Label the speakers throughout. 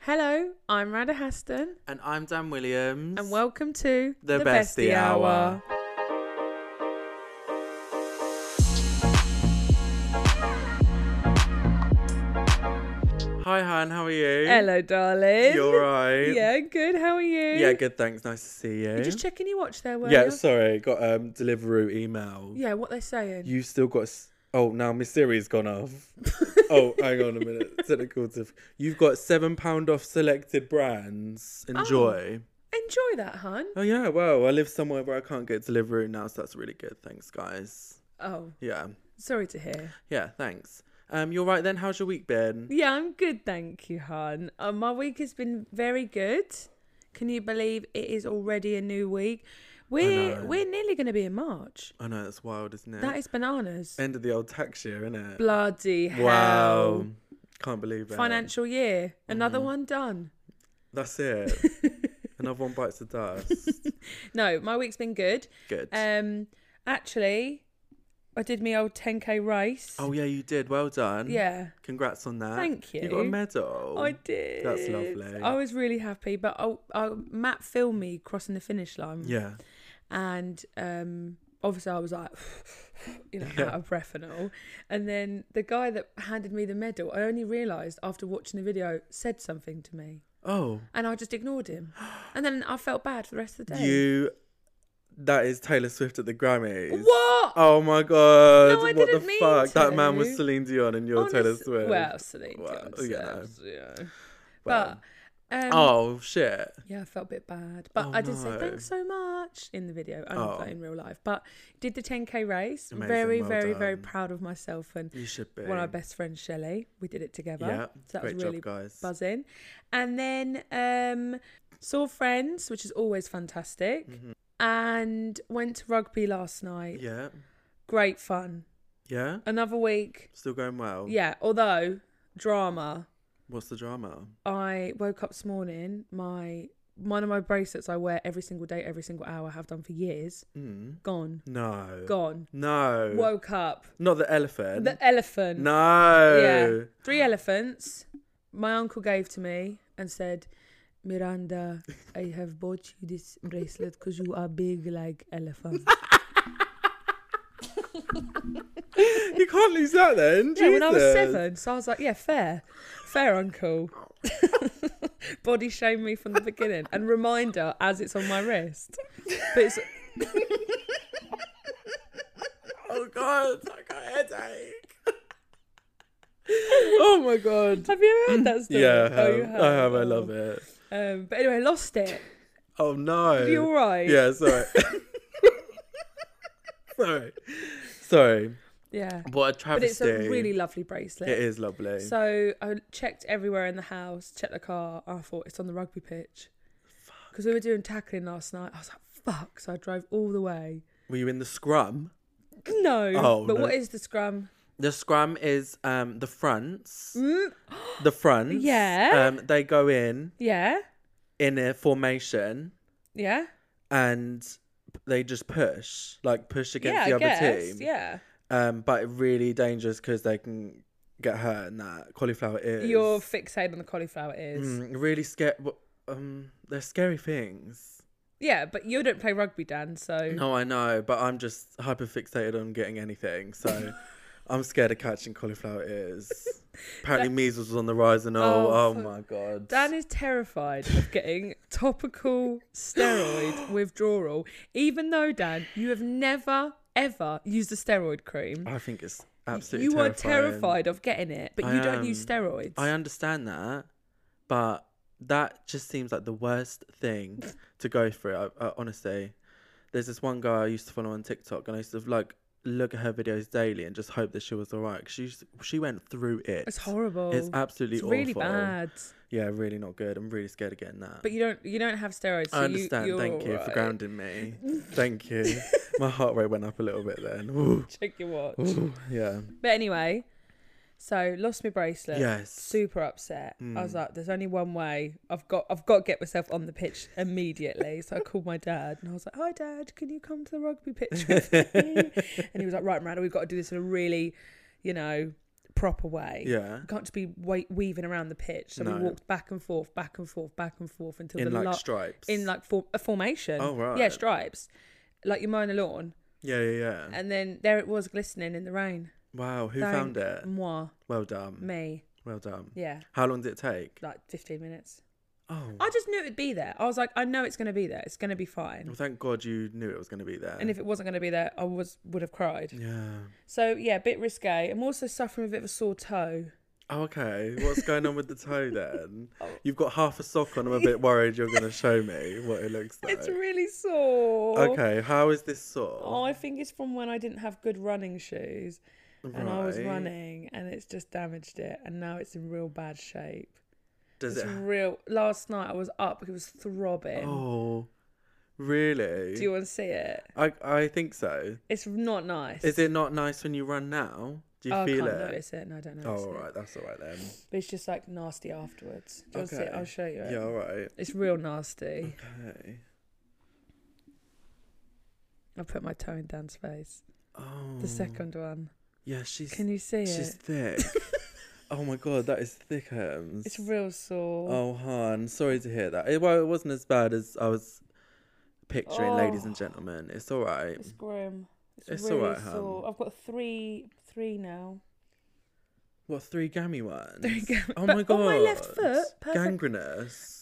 Speaker 1: Hello, I'm Randa Haston,
Speaker 2: And I'm Dan Williams.
Speaker 1: and welcome to
Speaker 2: The Bestie Hour. Hi, Han. How are you?
Speaker 1: Hello, darling.
Speaker 2: You're right.
Speaker 1: Yeah, good. How are you?
Speaker 2: Yeah, good. Thanks. Nice to see you.
Speaker 1: You're just checking your watch there, were
Speaker 2: yeah,
Speaker 1: you?
Speaker 2: sorry. Got um Deliveroo email.
Speaker 1: Yeah, what they're saying.
Speaker 2: You still got. s- Oh, now my Siri's gone off. oh, hang on a minute. Technical diff- You've got seven pound off selected brands. Enjoy.
Speaker 1: Oh. Enjoy that, hun.
Speaker 2: Oh. yeah. Well, I live somewhere where I can't get Deliveroo now, so that's really good. Thanks, guys.
Speaker 1: Oh,
Speaker 2: Yeah.
Speaker 1: sorry to hear.
Speaker 2: Yeah. Thanks. Um, you're right then. How's your week been?
Speaker 1: Yeah, I'm good, thank you, hun. Uh, my week has been very good. Can you believe it is already a new week? We're
Speaker 2: know.
Speaker 1: we're nearly going to be in March.
Speaker 2: I know that's wild, isn't it?
Speaker 1: That is bananas.
Speaker 2: End of the old tax year, isn't it?
Speaker 1: Bloody hell.
Speaker 2: Wow. Mm-hmm. Can't believe it.
Speaker 1: Financial year. Another one done.
Speaker 2: That's it. Another one bites the dust.
Speaker 1: No, my week's been good.
Speaker 2: Good.
Speaker 1: Um, actually, I did my old 10k race.
Speaker 2: oh yeah, you did. Well done.
Speaker 1: yeah,
Speaker 2: Congrats on that.
Speaker 1: Thank
Speaker 2: You got a
Speaker 1: you.
Speaker 2: medal.
Speaker 1: I did.
Speaker 2: that's lovely.
Speaker 1: I was really happy, but I, I, Matt filmed me crossing the finish line,
Speaker 2: Yeah.
Speaker 1: and um, obviously I was like, you know, out
Speaker 2: Yeah.
Speaker 1: of breath and all. And then the guy that handed me the medal, I only realised after watching the video, said something to me,
Speaker 2: Oh,
Speaker 1: and I just ignored him, and then I felt bad for the rest of the day.
Speaker 2: you. That is Taylor Swift at the Grammys.
Speaker 1: what?
Speaker 2: Oh my god!
Speaker 1: No, I
Speaker 2: what
Speaker 1: didn't
Speaker 2: the
Speaker 1: mean
Speaker 2: fuck? That man
Speaker 1: to.
Speaker 2: was Celine Dion, and you're Taylor
Speaker 1: Honest-
Speaker 2: Swift.
Speaker 1: Well, Celine
Speaker 2: Well,
Speaker 1: Dion.
Speaker 2: you
Speaker 1: serves, yeah.
Speaker 2: Well.
Speaker 1: But um,
Speaker 2: oh shit!
Speaker 1: yeah, I felt a bit bad, but
Speaker 2: Oh,
Speaker 1: I did say
Speaker 2: no.
Speaker 1: thanks so much in the video and
Speaker 2: Oh.
Speaker 1: but in real life. But did the 10k race.
Speaker 2: Amazing,
Speaker 1: Very,
Speaker 2: well
Speaker 1: very, very
Speaker 2: done.
Speaker 1: proud of myself and
Speaker 2: You should be.
Speaker 1: one of our best friends, Shelley. We did it together.
Speaker 2: Yeah.
Speaker 1: so that
Speaker 2: Great
Speaker 1: was really
Speaker 2: job, guys.
Speaker 1: buzzing. And then um, saw friends, which is always fantastic. And went to rugby last night.
Speaker 2: Mm. Mm-hmm. Yeah.
Speaker 1: Great fun.
Speaker 2: Yeah.
Speaker 1: Another week.
Speaker 2: Still going well.
Speaker 1: Yeah, although drama.
Speaker 2: What's the drama?
Speaker 1: I woke up this morning. My one of my bracelets I wear every single day, every single hour, have done for years.
Speaker 2: Mm.
Speaker 1: Gone,
Speaker 2: No.
Speaker 1: gone.
Speaker 2: No.
Speaker 1: Woke up.
Speaker 2: Not the elephant.
Speaker 1: The elephant. Yeah,
Speaker 2: no.
Speaker 1: three elephants. My uncle gave to me and said, "Miranda, I have bought you this bracelet because you are big like elephant."
Speaker 2: You can't lose that then.
Speaker 1: yeah, when I was
Speaker 2: Jesus.
Speaker 1: seven, so I was like, "Yeah, fair, fair, uncle." Body shame me from the beginning and reminder as it's on my wrist, but it's.
Speaker 2: Oh god, I got a headache. oh my god.
Speaker 1: Have you ever heard that story?
Speaker 2: Yeah, I have.
Speaker 1: Oh, you
Speaker 2: I have. I love it.
Speaker 1: Um, but anyway, I lost it.
Speaker 2: Oh no.
Speaker 1: Are you all right?
Speaker 2: Yeah, sorry. sorry. Sorry.
Speaker 1: Yeah.
Speaker 2: What a
Speaker 1: But
Speaker 2: travesty.
Speaker 1: it's a really lovely bracelet.
Speaker 2: It is lovely.
Speaker 1: So I checked everywhere in the house, checked the car. and I thought it's on the rugby pitch. Because we were doing tackling last night. I was like, fuck. So I drove all the way.
Speaker 2: Were you in the scrum?
Speaker 1: No.
Speaker 2: Oh,
Speaker 1: but
Speaker 2: no.
Speaker 1: what is the scrum?
Speaker 2: The scrum is um the fronts. the fronts.
Speaker 1: Mm. Yeah.
Speaker 2: Um they go in
Speaker 1: Yeah.
Speaker 2: in a formation
Speaker 1: Yeah.
Speaker 2: and they just push, like push against
Speaker 1: yeah,
Speaker 2: the
Speaker 1: I
Speaker 2: other
Speaker 1: guess.
Speaker 2: team.
Speaker 1: Yeah.
Speaker 2: Um but it really dangerous because they can get hurt and that cauliflower is
Speaker 1: You're fixated on the cauliflower ears.
Speaker 2: mm, really scared um they're scary things.
Speaker 1: Yeah, but you don't play rugby, Dan, so
Speaker 2: No, I know, but I'm just hyper fixated on getting anything, so I'm scared of catching cauliflower ears. Apparently, measles was on the rise and all.
Speaker 1: Oh,
Speaker 2: Oh,
Speaker 1: fuck.
Speaker 2: my god.
Speaker 1: Dan is terrified of getting topical steroid withdrawal, even though, Dan, you have never, ever used a steroid cream.
Speaker 2: I think it's absolutely
Speaker 1: you
Speaker 2: terrifying.
Speaker 1: are terrified of getting it, but
Speaker 2: I
Speaker 1: you don't use
Speaker 2: am.
Speaker 1: steroids.
Speaker 2: I understand that, but that just seems like the worst thing to go through. I, I, honestly, there's this one girl I used to follow on TikTok, and I used to like look at her videos daily and just hope that she was alright. She used- she went through it.
Speaker 1: It's horrible.
Speaker 2: It's absolutely
Speaker 1: It's really
Speaker 2: awful.
Speaker 1: bad.
Speaker 2: Yeah, really not good. I'm really scared of getting that.
Speaker 1: But you don't you don't have steroids. So
Speaker 2: I understand.
Speaker 1: You, you're uh,
Speaker 2: Thank you
Speaker 1: all
Speaker 2: for
Speaker 1: right.
Speaker 2: grounding me. Thank you. My heart rate went up a little bit then. Ooh,
Speaker 1: Check your watch.
Speaker 2: ooh, yeah.
Speaker 1: But anyway, so lost my bracelet.
Speaker 2: Yes.
Speaker 1: Super upset. I
Speaker 2: Hmm.
Speaker 1: was like, "There's only one way. I've got, I've got to get myself on the pitch immediately." so I called my dad, and I was like, "Hi, Dad, can you come to the rugby pitch with me?" and he was like, "Right, Miranda, we've got to do this in a really, you know, proper way.
Speaker 2: Yeah.
Speaker 1: You can't just be wait, weaving around the pitch. So
Speaker 2: No.
Speaker 1: we walked back and forth, back and forth, back and forth until the
Speaker 2: In like
Speaker 1: la-
Speaker 2: stripes.
Speaker 1: in like for- a formation.
Speaker 2: Oh, right.
Speaker 1: Yeah, stripes. Like you're mowing the lawn,
Speaker 2: yeah, yeah, yeah.
Speaker 1: and then there it was glistening in the rain.
Speaker 2: Wow, who
Speaker 1: Don't-
Speaker 2: found it?
Speaker 1: Moi,
Speaker 2: Well done.
Speaker 1: me.
Speaker 2: Well done.
Speaker 1: Yeah,
Speaker 2: How long did it take?
Speaker 1: like 15 minutes.
Speaker 2: Oh,
Speaker 1: I just knew it would be there. I was like, I know it's going to be there. It's going to be fine.
Speaker 2: well, thank God you knew it was going to be there.
Speaker 1: And if it wasn't going to be there, I was would have cried.
Speaker 2: yeah.
Speaker 1: So yeah, a bit risque. I'm also suffering a bit of a sore toe.
Speaker 2: Oh, okay. What's going on with the toe then?
Speaker 1: Oh.
Speaker 2: You've got half a sock on. I'm a bit worried you're going to show me what it looks like.
Speaker 1: It's really sore.
Speaker 2: okay, how is this sore?
Speaker 1: Oh, I think it's from when I didn't have good running shoes and I was
Speaker 2: Right.
Speaker 1: running and it's just damaged it and now it's in real bad shape.
Speaker 2: Does
Speaker 1: it's
Speaker 2: it?
Speaker 1: real. Last night I was up, it was throbbing.
Speaker 2: Oh, really?
Speaker 1: Do you want to see it?
Speaker 2: I I think so.
Speaker 1: It's not nice.
Speaker 2: Is it not nice when you run now? Do you
Speaker 1: oh,
Speaker 2: feel
Speaker 1: I can't
Speaker 2: it?
Speaker 1: notice it. No, I don't
Speaker 2: Oh,
Speaker 1: notice
Speaker 2: all
Speaker 1: it.
Speaker 2: right. That's all right then.
Speaker 1: But it's just like nasty afterwards. Do you want to see it?
Speaker 2: Okay.
Speaker 1: I'll show you it.
Speaker 2: Yeah, all right.
Speaker 1: It's real nasty.
Speaker 2: Okay.
Speaker 1: I put my toe in Dan's face.
Speaker 2: Oh.
Speaker 1: The second one.
Speaker 2: Yeah, she's
Speaker 1: Can you see
Speaker 2: she's
Speaker 1: it?
Speaker 2: thick. oh my god, that is thick, Hems.
Speaker 1: It's real sore.
Speaker 2: Oh, Han, sorry to hear that. It, well, it wasn't as bad as I was picturing, ladies and
Speaker 1: Oh.
Speaker 2: gentlemen. It's all right.
Speaker 1: It's grim. It's,
Speaker 2: It's
Speaker 1: really
Speaker 2: alright, hun.
Speaker 1: sore. I've got three, three now.
Speaker 2: What three gammy ones?
Speaker 1: Three gammy-
Speaker 2: Oh
Speaker 1: but
Speaker 2: my god.
Speaker 1: on my left foot, perfect-
Speaker 2: Gangrenous.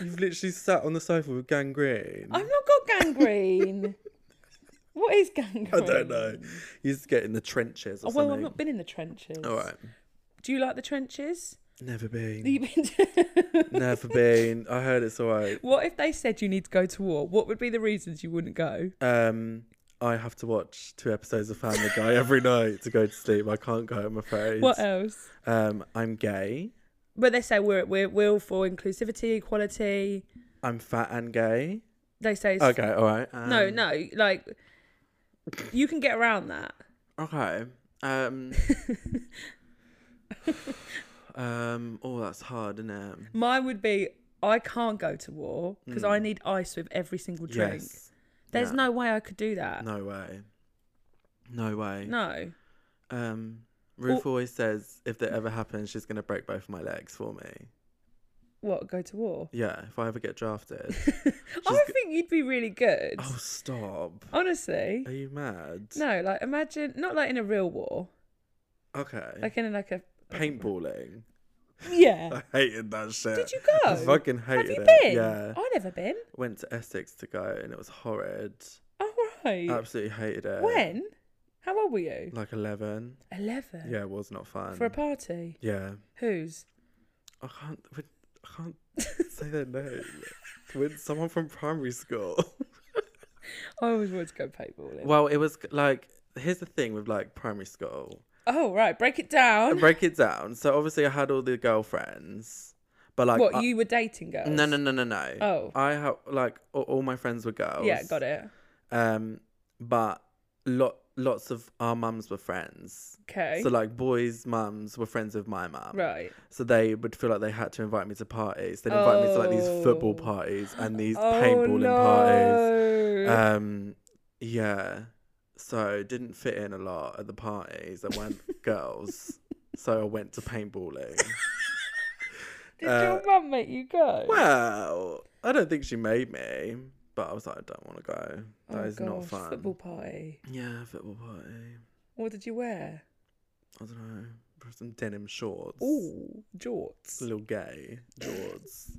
Speaker 2: You've literally sat on the sofa with gangrene.
Speaker 1: I've not got gangrene. what is gangrene?
Speaker 2: I don't know. You just get in the trenches or
Speaker 1: Oh, well, I've
Speaker 2: something.
Speaker 1: not been in the trenches.
Speaker 2: All right.
Speaker 1: Do you like the trenches?
Speaker 2: Never
Speaker 1: Have
Speaker 2: been.
Speaker 1: you been to-
Speaker 2: Mm. Never been. I heard it's all right.
Speaker 1: what if they said you need to go to war? What would be the reasons you wouldn't go?
Speaker 2: Um, I have to watch two episodes of Family Guy every night to go to sleep. I can't go, I'm afraid.
Speaker 1: What else?
Speaker 2: Um, I'm gay.
Speaker 1: But they say we're we're we're all for inclusivity, equality.
Speaker 2: I'm fat and gay.
Speaker 1: They say it's
Speaker 2: Okay, all right. Um,
Speaker 1: no, no. Like you can get around that.
Speaker 2: Okay. Um. um. Oh, that's hard, isn't it?
Speaker 1: Mine would be I can't go to war because I need ice with every single drink.
Speaker 2: Yes.
Speaker 1: There's
Speaker 2: Yeah.
Speaker 1: no way I could do that.
Speaker 2: No way. No way.
Speaker 1: No.
Speaker 2: Um. Ruth always says if that ever happens, she's gonna break both my legs for me.
Speaker 1: What? Go to war?
Speaker 2: Yeah. If I ever get drafted.
Speaker 1: I think you'd be really good.
Speaker 2: oh, stop.
Speaker 1: Honestly.
Speaker 2: Are you mad?
Speaker 1: No, like imagine not like in a real war,
Speaker 2: Okay.
Speaker 1: like in like a
Speaker 2: Paintballing.
Speaker 1: yeah.
Speaker 2: I hated that shit.
Speaker 1: Did you
Speaker 2: uh, I
Speaker 1: go?
Speaker 2: fucking hated
Speaker 1: Have you
Speaker 2: it.
Speaker 1: been?
Speaker 2: Yeah.
Speaker 1: I never been.
Speaker 2: Went to Essex to go, and it was horrid.
Speaker 1: All right.
Speaker 2: Absolutely hated it.
Speaker 1: when? How old were you?
Speaker 2: Like eleven.
Speaker 1: Eleven.
Speaker 2: Yeah, um, it was not fun.
Speaker 1: For a party.
Speaker 2: yeah,
Speaker 1: Whose?
Speaker 2: I can't. we- I can't say their name. With someone from primary school.
Speaker 1: I always wanted to go paintballing.
Speaker 2: well, it was like here's the thing with like primary school.
Speaker 1: Oh right, break it
Speaker 2: I
Speaker 1: down.
Speaker 2: break it down. So obviously I had all the girlfriends, but like
Speaker 1: what
Speaker 2: I-
Speaker 1: you were dating girls?
Speaker 2: No, no, no, no, no.
Speaker 1: Oh.
Speaker 2: I have like a- all my friends were girls.
Speaker 1: Yeah, got it.
Speaker 2: Um, but lot lots of our mums were friends.
Speaker 1: Okay.
Speaker 2: So like boys' mums were friends with my mum.
Speaker 1: right.
Speaker 2: So they would feel like they had to invite me to parties. They'd invite me to like these football
Speaker 1: Oh.
Speaker 2: parties and these paintballing parties. Um, yeah. So didn't fit in a lot at the parties. I went girls. So I went to paintballing.
Speaker 1: Did
Speaker 2: uh,
Speaker 1: your mum make you go?
Speaker 2: Well, I don't think she made me, but I was like, I don't want to go. That is not fun.
Speaker 1: Oh, Football party.
Speaker 2: Yeah, football party.
Speaker 1: What did you wear?
Speaker 2: I don't know. Some denim shorts.
Speaker 1: Ooh, jorts.
Speaker 2: A little gay shorts.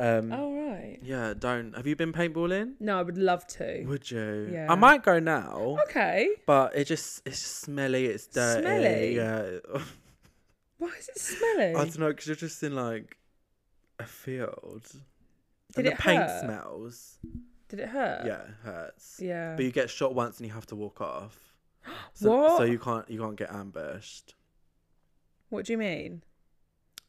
Speaker 2: um,
Speaker 1: All Oh, right.
Speaker 2: Yeah, don't. Have you been paintballing?
Speaker 1: No, I would love to.
Speaker 2: Would you?
Speaker 1: Yeah.
Speaker 2: I might go now,
Speaker 1: Okay.
Speaker 2: but it just it's just smelly. It's dirty.
Speaker 1: Smelly?
Speaker 2: Yeah.
Speaker 1: Why is it
Speaker 2: I
Speaker 1: smelly?
Speaker 2: don't know because you're just in like a field.
Speaker 1: Did
Speaker 2: and
Speaker 1: it
Speaker 2: the paint
Speaker 1: hurt?
Speaker 2: smells.
Speaker 1: Did it hurt?
Speaker 2: yeah, it hurts.
Speaker 1: Yeah.
Speaker 2: But you get shot once and you have to walk off. So, So
Speaker 1: What?
Speaker 2: you can't you can't get ambushed.
Speaker 1: What do you mean?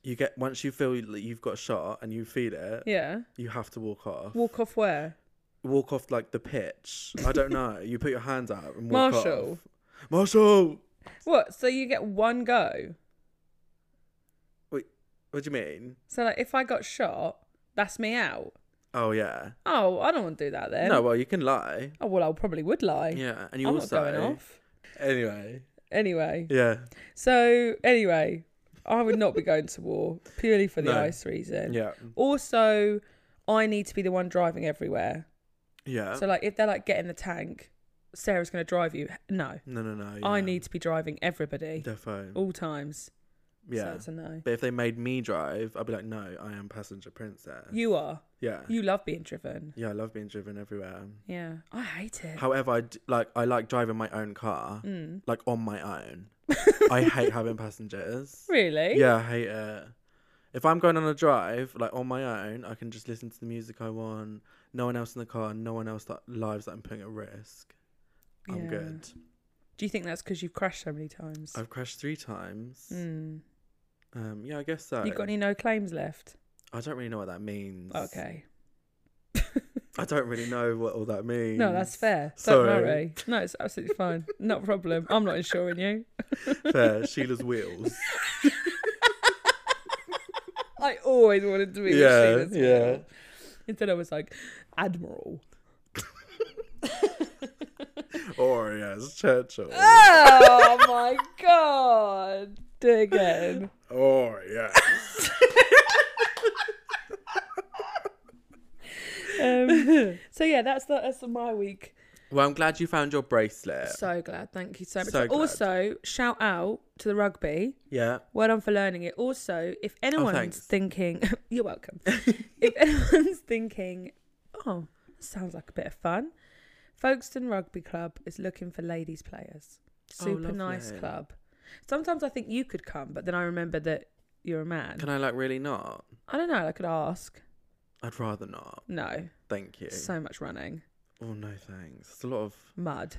Speaker 2: You get once you feel that you've got shot and you feel it,
Speaker 1: Yeah.
Speaker 2: you have to walk off.
Speaker 1: Walk off where?
Speaker 2: walk off like the pitch. I don't know. You put your hands out and walk
Speaker 1: Marshall.
Speaker 2: off. Marshall.
Speaker 1: What? So you get one go.
Speaker 2: Wait, what do you mean?
Speaker 1: So like, if I got shot, that's me out.
Speaker 2: Oh yeah.
Speaker 1: Oh, I don't want to do that then.
Speaker 2: no, well you can lie.
Speaker 1: Oh well, I probably would lie.
Speaker 2: Yeah, and you
Speaker 1: I'm
Speaker 2: also
Speaker 1: not going off.
Speaker 2: Anyway,
Speaker 1: Anyway,
Speaker 2: Yeah.
Speaker 1: so anyway, I would not be going to war purely for the
Speaker 2: No.
Speaker 1: ice reason.
Speaker 2: Yeah.
Speaker 1: Also, I need to be the one driving everywhere.
Speaker 2: Yeah.
Speaker 1: So like, if they're like get in the tank, Sarah's going to drive you. No,
Speaker 2: no, no, no.
Speaker 1: I
Speaker 2: yeah.
Speaker 1: need to be driving everybody
Speaker 2: Defo.
Speaker 1: all times. Yeah, so
Speaker 2: yeah.
Speaker 1: that's a no.
Speaker 2: But if they made me drive, I'd be like, no, I am passenger princess.
Speaker 1: You are.
Speaker 2: yeah.
Speaker 1: You love being driven.
Speaker 2: yeah, I love being driven everywhere.
Speaker 1: Yeah, I hate it.
Speaker 2: However, I d- like I like driving my own car,
Speaker 1: Mm.
Speaker 2: like on my own. I hate having passengers.
Speaker 1: Really?
Speaker 2: Yeah, I hate it. If I'm going on a drive, like on my own, I can just listen to the music I want. No one else in the car, no one else that lives that I'm putting at risk. I'm
Speaker 1: Yeah.
Speaker 2: good.
Speaker 1: Do you think that's because you've crashed so many times?
Speaker 2: I've crashed three times.
Speaker 1: Mm.
Speaker 2: Um, yeah, I guess so.
Speaker 1: You got any no claims left?
Speaker 2: I don't really know what that means.
Speaker 1: Okay.
Speaker 2: I don't really know what all that means.
Speaker 1: No, that's fair. Don't
Speaker 2: Sorry.
Speaker 1: worry. No, it's absolutely fine. Not a problem. I'm not insuring you.
Speaker 2: Fair. Sheila's wheels.
Speaker 1: I always wanted to be
Speaker 2: Yeah,
Speaker 1: yeah,
Speaker 2: yeah.
Speaker 1: Instead, I was like Admiral.
Speaker 2: Or yes, Oh, Churchill.
Speaker 1: Oh my god! Do it again.
Speaker 2: Or yes.
Speaker 1: Um, so yeah, that's the, that's my week.
Speaker 2: Well, I'm glad you found your bracelet.
Speaker 1: So glad. Thank you so much.
Speaker 2: So glad.
Speaker 1: also, shout out to the rugby.
Speaker 2: yeah.
Speaker 1: Well done for learning it. Also, if anyone's
Speaker 2: Oh, thanks.
Speaker 1: thinking, you're welcome. if anyone's thinking, oh, that sounds like a bit of fun, Folkestone Rugby Club is looking for ladies players.
Speaker 2: Oh,
Speaker 1: Super nice
Speaker 2: lovely.
Speaker 1: club. Sometimes I think you could come, but then I remember that you're a man.
Speaker 2: Can I like really not?
Speaker 1: I don't know. I could ask.
Speaker 2: I'd rather not.
Speaker 1: No,
Speaker 2: Thank you.
Speaker 1: so much running,
Speaker 2: oh no, thanks. It's a lot of
Speaker 1: mud.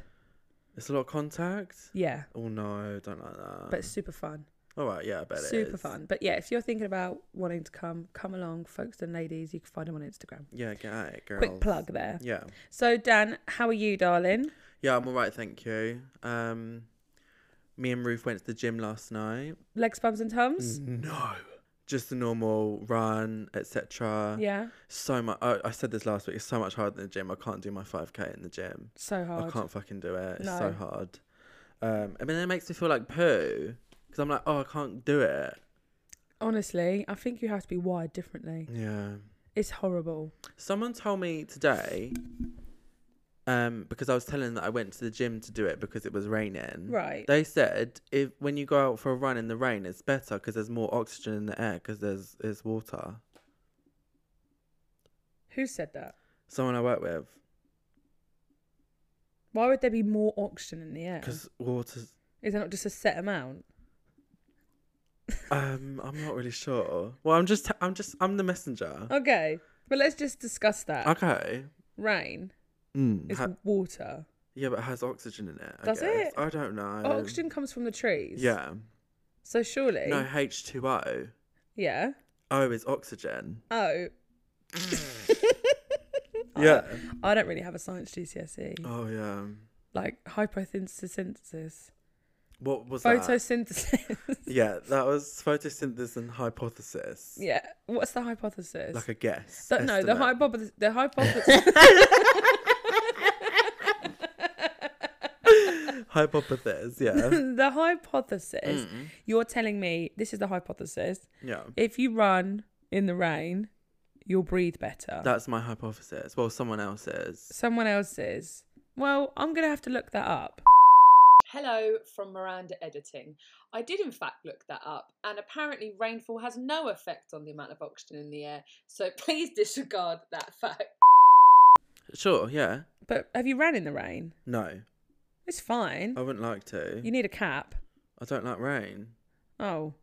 Speaker 2: it's a lot of contact.
Speaker 1: Yeah,
Speaker 2: Oh no, don't like that.
Speaker 1: but it's super fun.
Speaker 2: all right, yeah, I bet Um, it is.
Speaker 1: super fun. But yeah, if you're thinking about wanting to come, come along, Folkestone ladies. You can find them on Instagram.
Speaker 2: Yeah, get at it, girls.
Speaker 1: Quick plug there.
Speaker 2: Yeah.
Speaker 1: So Dan, how are you, darling?
Speaker 2: Yeah, I'm all right, thank you. Um, me and Ruth went to the gym last night.
Speaker 1: Legs, bums, and tums.
Speaker 2: No. Just a normal run, etc.
Speaker 1: Yeah,
Speaker 2: So much. I, I said this last week. It's so much harder in the gym. I can't do my 5k in the gym.
Speaker 1: so
Speaker 2: I
Speaker 1: hard.
Speaker 2: can't fucking do it. It's so
Speaker 1: No.
Speaker 2: hard. Um, I mean, it makes me feel like poo because I'm like, oh, I can't do it.
Speaker 1: Honestly, I think you have to be wired differently.
Speaker 2: Yeah.
Speaker 1: It's horrible.
Speaker 2: Someone told me today, um, because I was telling them that I went to the gym to do it because it was raining.
Speaker 1: Right.
Speaker 2: Mm. They said if when you go out for a run in the rain, it's better because there's more oxygen in the air because there's there's water.
Speaker 1: Who said that?
Speaker 2: Someone I work with
Speaker 1: Why would there be more oxygen in the air? Is
Speaker 2: because water's.
Speaker 1: there not just a set amount?
Speaker 2: Um, I'm not really sure. Well, I'm just I'm just I'm the
Speaker 1: Oh,
Speaker 2: messenger.
Speaker 1: Okay, but let's just discuss that.
Speaker 2: Okay.
Speaker 1: Rain
Speaker 2: Mm.
Speaker 1: is
Speaker 2: Ha-
Speaker 1: water.
Speaker 2: yeah, but it has oxygen in it. I
Speaker 1: Does
Speaker 2: guess.
Speaker 1: it?
Speaker 2: I don't know.
Speaker 1: oxygen comes from the trees.
Speaker 2: Um, Yeah.
Speaker 1: So surely.
Speaker 2: No, H2O.
Speaker 1: Yeah.
Speaker 2: O is oxygen.
Speaker 1: Oh.
Speaker 2: Yeah.
Speaker 1: I don't really have a science GCSE.
Speaker 2: Oh yeah.
Speaker 1: E. Like hypothesis synthesis.
Speaker 2: What was that?
Speaker 1: Photosynthesis.
Speaker 2: Yeah, that was photosynthesis and hypothesis.
Speaker 1: yeah. What's the hypothesis?
Speaker 2: Like a guess.
Speaker 1: So- no, the
Speaker 2: estimate.
Speaker 1: hypothesis. The hypothesis.
Speaker 2: hypothesis. Yeah.
Speaker 1: the hypothesis.
Speaker 2: Mm.
Speaker 1: You're telling me this is the hypothesis.
Speaker 2: Yeah.
Speaker 1: If you run in the rain, you'll breathe better.
Speaker 2: That's my hypothesis. Well, someone else's.
Speaker 1: Someone else's. Well, I'm gonna have to look that up. Hello from Miranda Editing. I did, in fact, look that up, and apparently, rainfall has no effect on the amount of oxygen in the air, so please disregard that fact.
Speaker 2: Sure. Yeah.
Speaker 1: But have you ran in the rain?
Speaker 2: No,
Speaker 1: It's fine.
Speaker 2: I wouldn't like to.
Speaker 1: You need a cap.
Speaker 2: I don't like rain.
Speaker 1: Oh.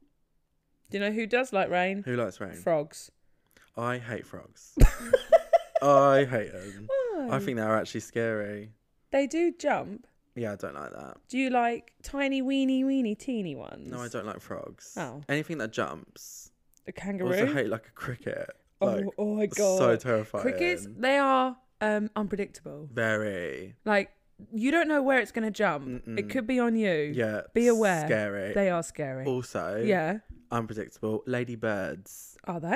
Speaker 1: Do you know who does like rain?
Speaker 2: Who likes rain?
Speaker 1: Frogs.
Speaker 2: I hate frogs. I hate them. I think they're actually scary.
Speaker 1: They do jump.
Speaker 2: Yeah, I don't like that.
Speaker 1: Do you like tiny, weeny, weeny, teeny ones?
Speaker 2: No, I don't like frogs.
Speaker 1: Oh.
Speaker 2: Anything that jumps.
Speaker 1: A
Speaker 2: I
Speaker 1: kangaroo?
Speaker 2: also hate like a cricket.
Speaker 1: oh,
Speaker 2: Like,
Speaker 1: oh my god.
Speaker 2: So terrifying.
Speaker 1: Crickets, they are um, unpredictable.
Speaker 2: Very.
Speaker 1: Like, you don't know where it's going to jump. It
Speaker 2: Mm-mm.
Speaker 1: could be on you.
Speaker 2: Yeah.
Speaker 1: Be aware.
Speaker 2: Scary.
Speaker 1: They are scary.
Speaker 2: also,
Speaker 1: Yeah.
Speaker 2: unpredictable. Ladybirds.
Speaker 1: Are they? Why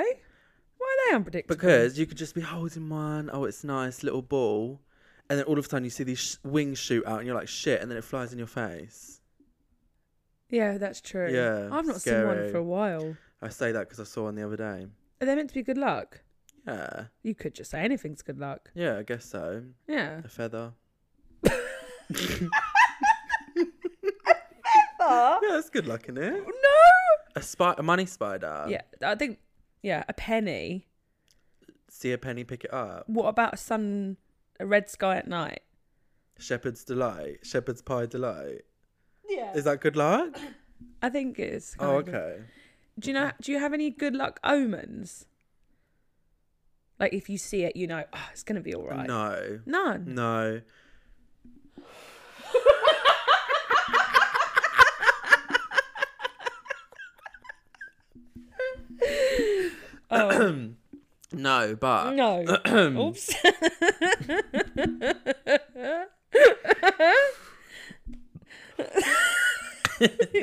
Speaker 1: are they unpredictable?
Speaker 2: Because you could just be holding one, oh, it's nice, little ball. And then all of a sudden you see these sh- wings shoot out and you're like, shit. And then it flies in your face.
Speaker 1: Yeah, that's true.
Speaker 2: Yeah,
Speaker 1: I've not seen one
Speaker 2: scary.
Speaker 1: for a while.
Speaker 2: I say that because I saw one the other day.
Speaker 1: Are they meant to be good luck?
Speaker 2: Yeah,
Speaker 1: You could just say anything's good luck.
Speaker 2: yeah, I guess so.
Speaker 1: Yeah.
Speaker 2: A feather.
Speaker 1: no.
Speaker 2: Yeah, that's good luck in it. A spy, a money spider.
Speaker 1: Oh, Yeah, I think. Yeah, a penny.
Speaker 2: See a penny, pick it up.
Speaker 1: What about a sun, a red sky at night?
Speaker 2: Shepherd's delight. Shepherd's pie delight.
Speaker 1: Yeah.
Speaker 2: Is that good luck?
Speaker 1: I think it's.
Speaker 2: Oh,
Speaker 1: kind of.
Speaker 2: okay.
Speaker 1: Do you know? Do you have any good luck omens? Like if you see it, you know, oh, it's gonna be all right.
Speaker 2: No,
Speaker 1: None.
Speaker 2: no.
Speaker 1: Oh
Speaker 2: No, but
Speaker 1: no.
Speaker 2: Mm.
Speaker 1: Oops.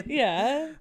Speaker 1: yeah.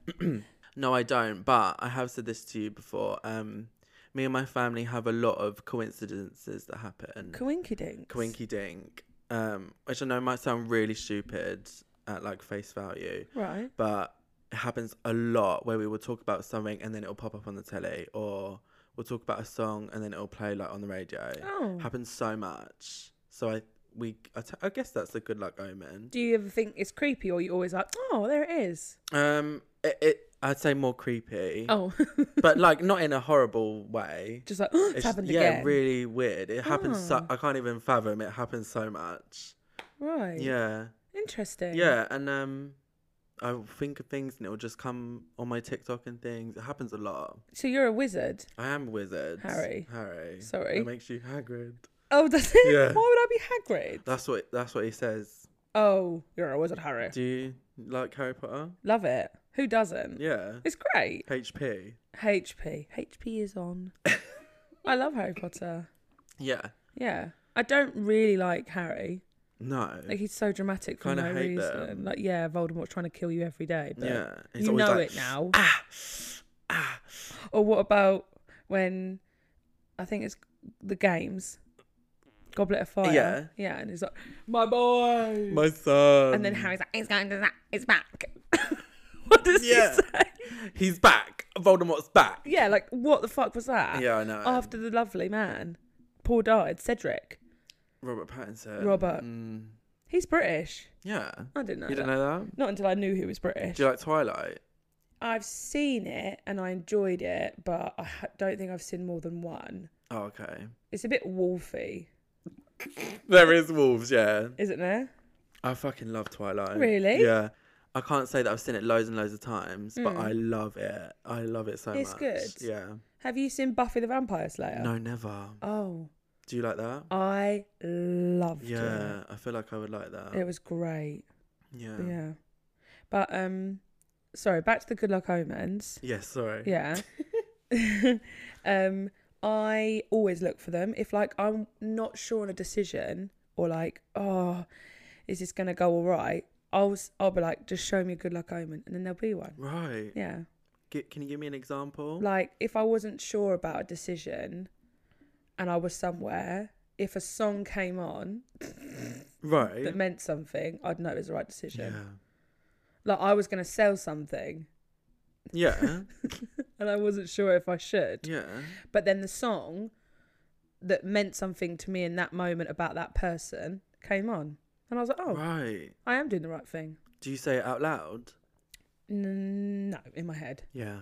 Speaker 2: no, I don't. But I have said this to you before. Um, me and my family have a lot of coincidences that happen.
Speaker 1: Coinky dink.
Speaker 2: Coinky dink. Um, which I know might sound really stupid at like face value,
Speaker 1: Right.
Speaker 2: but it happens a lot where we will talk about something and then it'll pop up on the telly, or we'll talk about a song and then it'll play like on the radio.
Speaker 1: Oh.
Speaker 2: Happens so much. So I we I, t- I guess that's a good luck omen.
Speaker 1: Do you ever think it's creepy, or you always like, oh, there it is?
Speaker 2: Um, it, it I'd say more creepy,
Speaker 1: Oh,
Speaker 2: but like not in a horrible way.
Speaker 1: just like oh, it's,
Speaker 2: It's-
Speaker 1: happened
Speaker 2: yeah,
Speaker 1: again.
Speaker 2: really weird. It happens. So,
Speaker 1: Oh.
Speaker 2: I can't even fathom. It happens so much.
Speaker 1: Right.
Speaker 2: Yeah,
Speaker 1: Interesting.
Speaker 2: yeah, and um, I think of things and it'll just come on my TikTok and things. It happens a lot.
Speaker 1: So you're a wizard.
Speaker 2: I am a wizard.
Speaker 1: Harry.
Speaker 2: Harry.
Speaker 1: Sorry.
Speaker 2: It makes you Hagrid.
Speaker 1: Oh, does it? Why
Speaker 2: Yeah.
Speaker 1: would I be Hagrid?
Speaker 2: That's what. That's what he says.
Speaker 1: Oh, you're a wizard, Harry.
Speaker 2: Do you like Harry Potter?
Speaker 1: Love it. Who doesn't?
Speaker 2: Yeah.
Speaker 1: It's great.
Speaker 2: HP.
Speaker 1: HP. HP is on. I love Harry Potter.
Speaker 2: Yeah.
Speaker 1: Yeah. I don't really like Harry.
Speaker 2: No.
Speaker 1: Like he's so dramatic for
Speaker 2: Kinda
Speaker 1: no
Speaker 2: hate
Speaker 1: reason.
Speaker 2: them.
Speaker 1: Like yeah, Voldemort's trying to kill you every day. But
Speaker 2: yeah. He's
Speaker 1: you
Speaker 2: always
Speaker 1: know
Speaker 2: like,
Speaker 1: it now.
Speaker 2: Ah. Ah.
Speaker 1: Or what about when I think it's the games, Goblet of Fire.
Speaker 2: Yeah.
Speaker 1: yeah, and he's like, my boy.
Speaker 2: My son.
Speaker 1: and then Harry's like, it's going to that, it's back. what does he
Speaker 2: Yeah.
Speaker 1: say?
Speaker 2: He's back. Voldemort's back.
Speaker 1: Yeah, like what the fuck was that?
Speaker 2: Yeah, I know.
Speaker 1: After the lovely man, Paul died. Cedric,
Speaker 2: Robert Pattinson.
Speaker 1: Robert.
Speaker 2: Mm,
Speaker 1: he's British.
Speaker 2: yeah.
Speaker 1: I didn't know.
Speaker 2: You didn't
Speaker 1: that.
Speaker 2: know that?
Speaker 1: Not until I knew he was British.
Speaker 2: Do you like Twilight?
Speaker 1: I've seen it and I enjoyed it, but I ha- don't think I've seen more than one.
Speaker 2: Oh, okay.
Speaker 1: It's a bit wolfy,
Speaker 2: There is wolves, yeah.
Speaker 1: isn't there?
Speaker 2: I fucking love Twilight.
Speaker 1: Really?
Speaker 2: Yeah. I can't say that I've seen it loads and loads of times, but
Speaker 1: Mm.
Speaker 2: I love it. I love it so
Speaker 1: It's
Speaker 2: much.
Speaker 1: good.
Speaker 2: Yeah.
Speaker 1: Have you seen Buffy the Vampire Slayer?
Speaker 2: No, never.
Speaker 1: Oh,
Speaker 2: Do you like that?
Speaker 1: I loved
Speaker 2: yeah. I feel like I would like that.
Speaker 1: it. It was great.
Speaker 2: yeah.
Speaker 1: Yeah. But um, sorry. Back to the good luck omens.
Speaker 2: Yes, sorry.
Speaker 1: Yeah. um, I always look for them. If like I'm not sure on a decision or like, oh, is this gonna go all right? I'll s- I'll be like, just show me a good luck omen, and then there'll be one.
Speaker 2: Right.
Speaker 1: Yeah.
Speaker 2: G- can you give me an example?
Speaker 1: Like if I wasn't sure about a decision, and I was somewhere, if a song came on
Speaker 2: right.
Speaker 1: that meant something, I'd know it was the right
Speaker 2: Yeah.
Speaker 1: decision. Like I was gonna sell something,
Speaker 2: Yeah.
Speaker 1: and I wasn't sure if I should.
Speaker 2: yeah.
Speaker 1: but then the song that meant something to me in that moment about that person came on and i was like oh
Speaker 2: Right.
Speaker 1: i am doing the right thing
Speaker 2: Do you say it out loud?
Speaker 1: N- no in my head
Speaker 2: Yeah.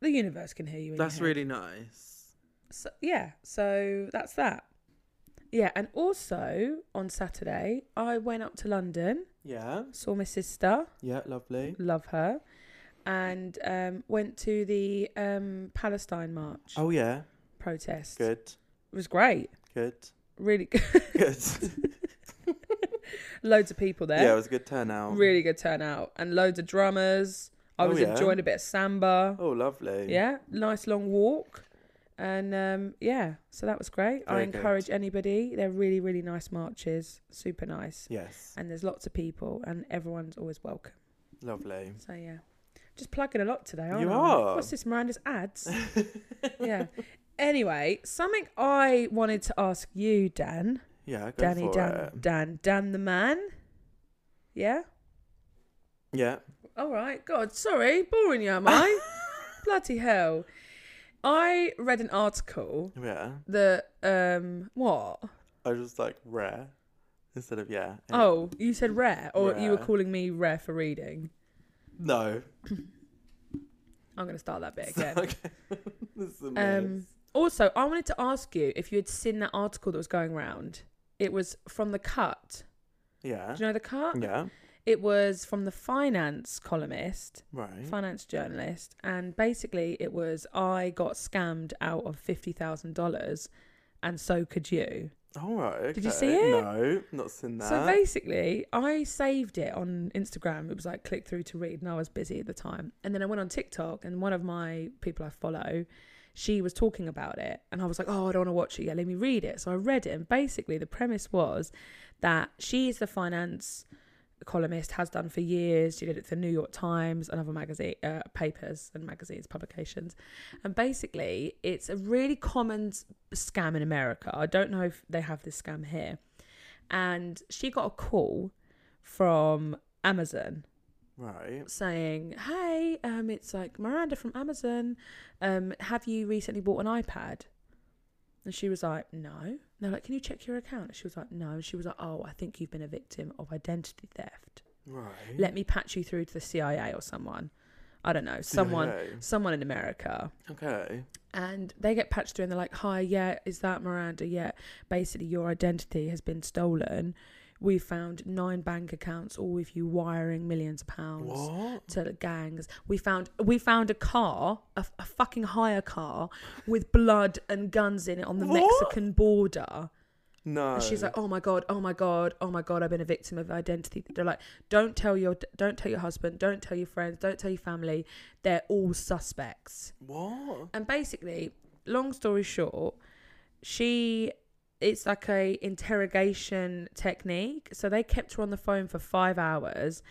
Speaker 1: the universe can hear you in your
Speaker 2: That's
Speaker 1: head.
Speaker 2: really nice.
Speaker 1: so, yeah so that's that yeah and also on saturday i went up to london
Speaker 2: Yeah.
Speaker 1: saw my sister
Speaker 2: Yeah, lovely.
Speaker 1: love her and um, went to the um, palestine march
Speaker 2: Oh yeah.
Speaker 1: protest
Speaker 2: Good.
Speaker 1: it was great
Speaker 2: Good.
Speaker 1: really good
Speaker 2: Good.
Speaker 1: loads of people there
Speaker 2: yeah, it was a good turnout.
Speaker 1: really good turnout and loads of drummers. I
Speaker 2: Oh,
Speaker 1: was
Speaker 2: yeah.
Speaker 1: enjoying a bit of samba.
Speaker 2: Oh, lovely.
Speaker 1: Yeah, nice long walk. And um, yeah, so that was great. I
Speaker 2: Very good.
Speaker 1: encourage anybody. They're really, really nice marches, super nice.
Speaker 2: Yes.
Speaker 1: And there's lots of people, and everyone's always welcome.
Speaker 2: Lovely.
Speaker 1: So yeah, just plugging a lot today. Aren't
Speaker 2: You
Speaker 1: I?
Speaker 2: are.
Speaker 1: What's this, Miranda's ads? yeah. Anyway, something I wanted to ask you, Dan,
Speaker 2: Yeah, go
Speaker 1: Danny,
Speaker 2: for
Speaker 1: Dan,
Speaker 2: it.
Speaker 1: Dan, Dan the man. Yeah.
Speaker 2: Yeah.
Speaker 1: All right. God, sorry. Boring you, am I? Bloody hell. I read an article
Speaker 2: Yeah.
Speaker 1: that, um, what?
Speaker 2: I just like rare instead of yeah. And-
Speaker 1: Oh, you said rare, or you were
Speaker 2: Rare.
Speaker 1: calling me rare for reading.
Speaker 2: No.
Speaker 1: I'm going to start that bit again.
Speaker 2: okay. this is a mess.
Speaker 1: Um, also, I wanted to ask you if you had seen that article that was going round. It was from The Cut.
Speaker 2: yeah.
Speaker 1: Do you know The Cut?
Speaker 2: Yeah.
Speaker 1: It was from the finance columnist,
Speaker 2: Right.
Speaker 1: finance journalist, and basically it was I got scammed out of $50,000 and so could you.
Speaker 2: All right. Okay.
Speaker 1: Did you see it?
Speaker 2: No, not seen that.
Speaker 1: So basically, I saved it on Instagram. It was like click through to read, and I was busy at the time. And then I went on TikTok, and one of my people I follow, she was talking about it, and I was like, oh, I don't want to watch it yet. Let me read it. So I read it, and basically, the premise was that she is the finance columnist, has done for years. She did it for New York Times and other magazine uh, papers and magazines publications. And basically, it's a really common s- scam in America. I don't know if they have this scam here and she got a call from Amazon
Speaker 2: right.
Speaker 1: saying, "Hey, um, it's like Miranda from Amazon. Um, have you recently bought an iPad?" And she was like, "No." And they're like, "Can you check your account?" And she was like, "No." And she was like, "Oh, I think you've been a victim of identity theft.
Speaker 2: Right.
Speaker 1: Let me patch you through to the CIA or someone. I don't know, someone,
Speaker 2: CIA.
Speaker 1: someone in America."
Speaker 2: Okay.
Speaker 1: and they get patched through and they're like hi yeah is that miranda yeah basically your identity has been stolen we found nine bank accounts all with you wiring millions of pounds
Speaker 2: What?
Speaker 1: to the gangs we found we found a car a, a fucking hire car with blood and guns in it on the
Speaker 2: What?
Speaker 1: mexican border
Speaker 2: No.
Speaker 1: and she's like, "Oh my god, oh my god, oh my god, I've been a victim of identity." They're like, "Don't tell your, don't tell your husband, don't tell your friends, don't tell your family. They're all suspects."
Speaker 2: what?
Speaker 1: and basically long story short she it's like a interrogation technique so they kept her on the phone for five hours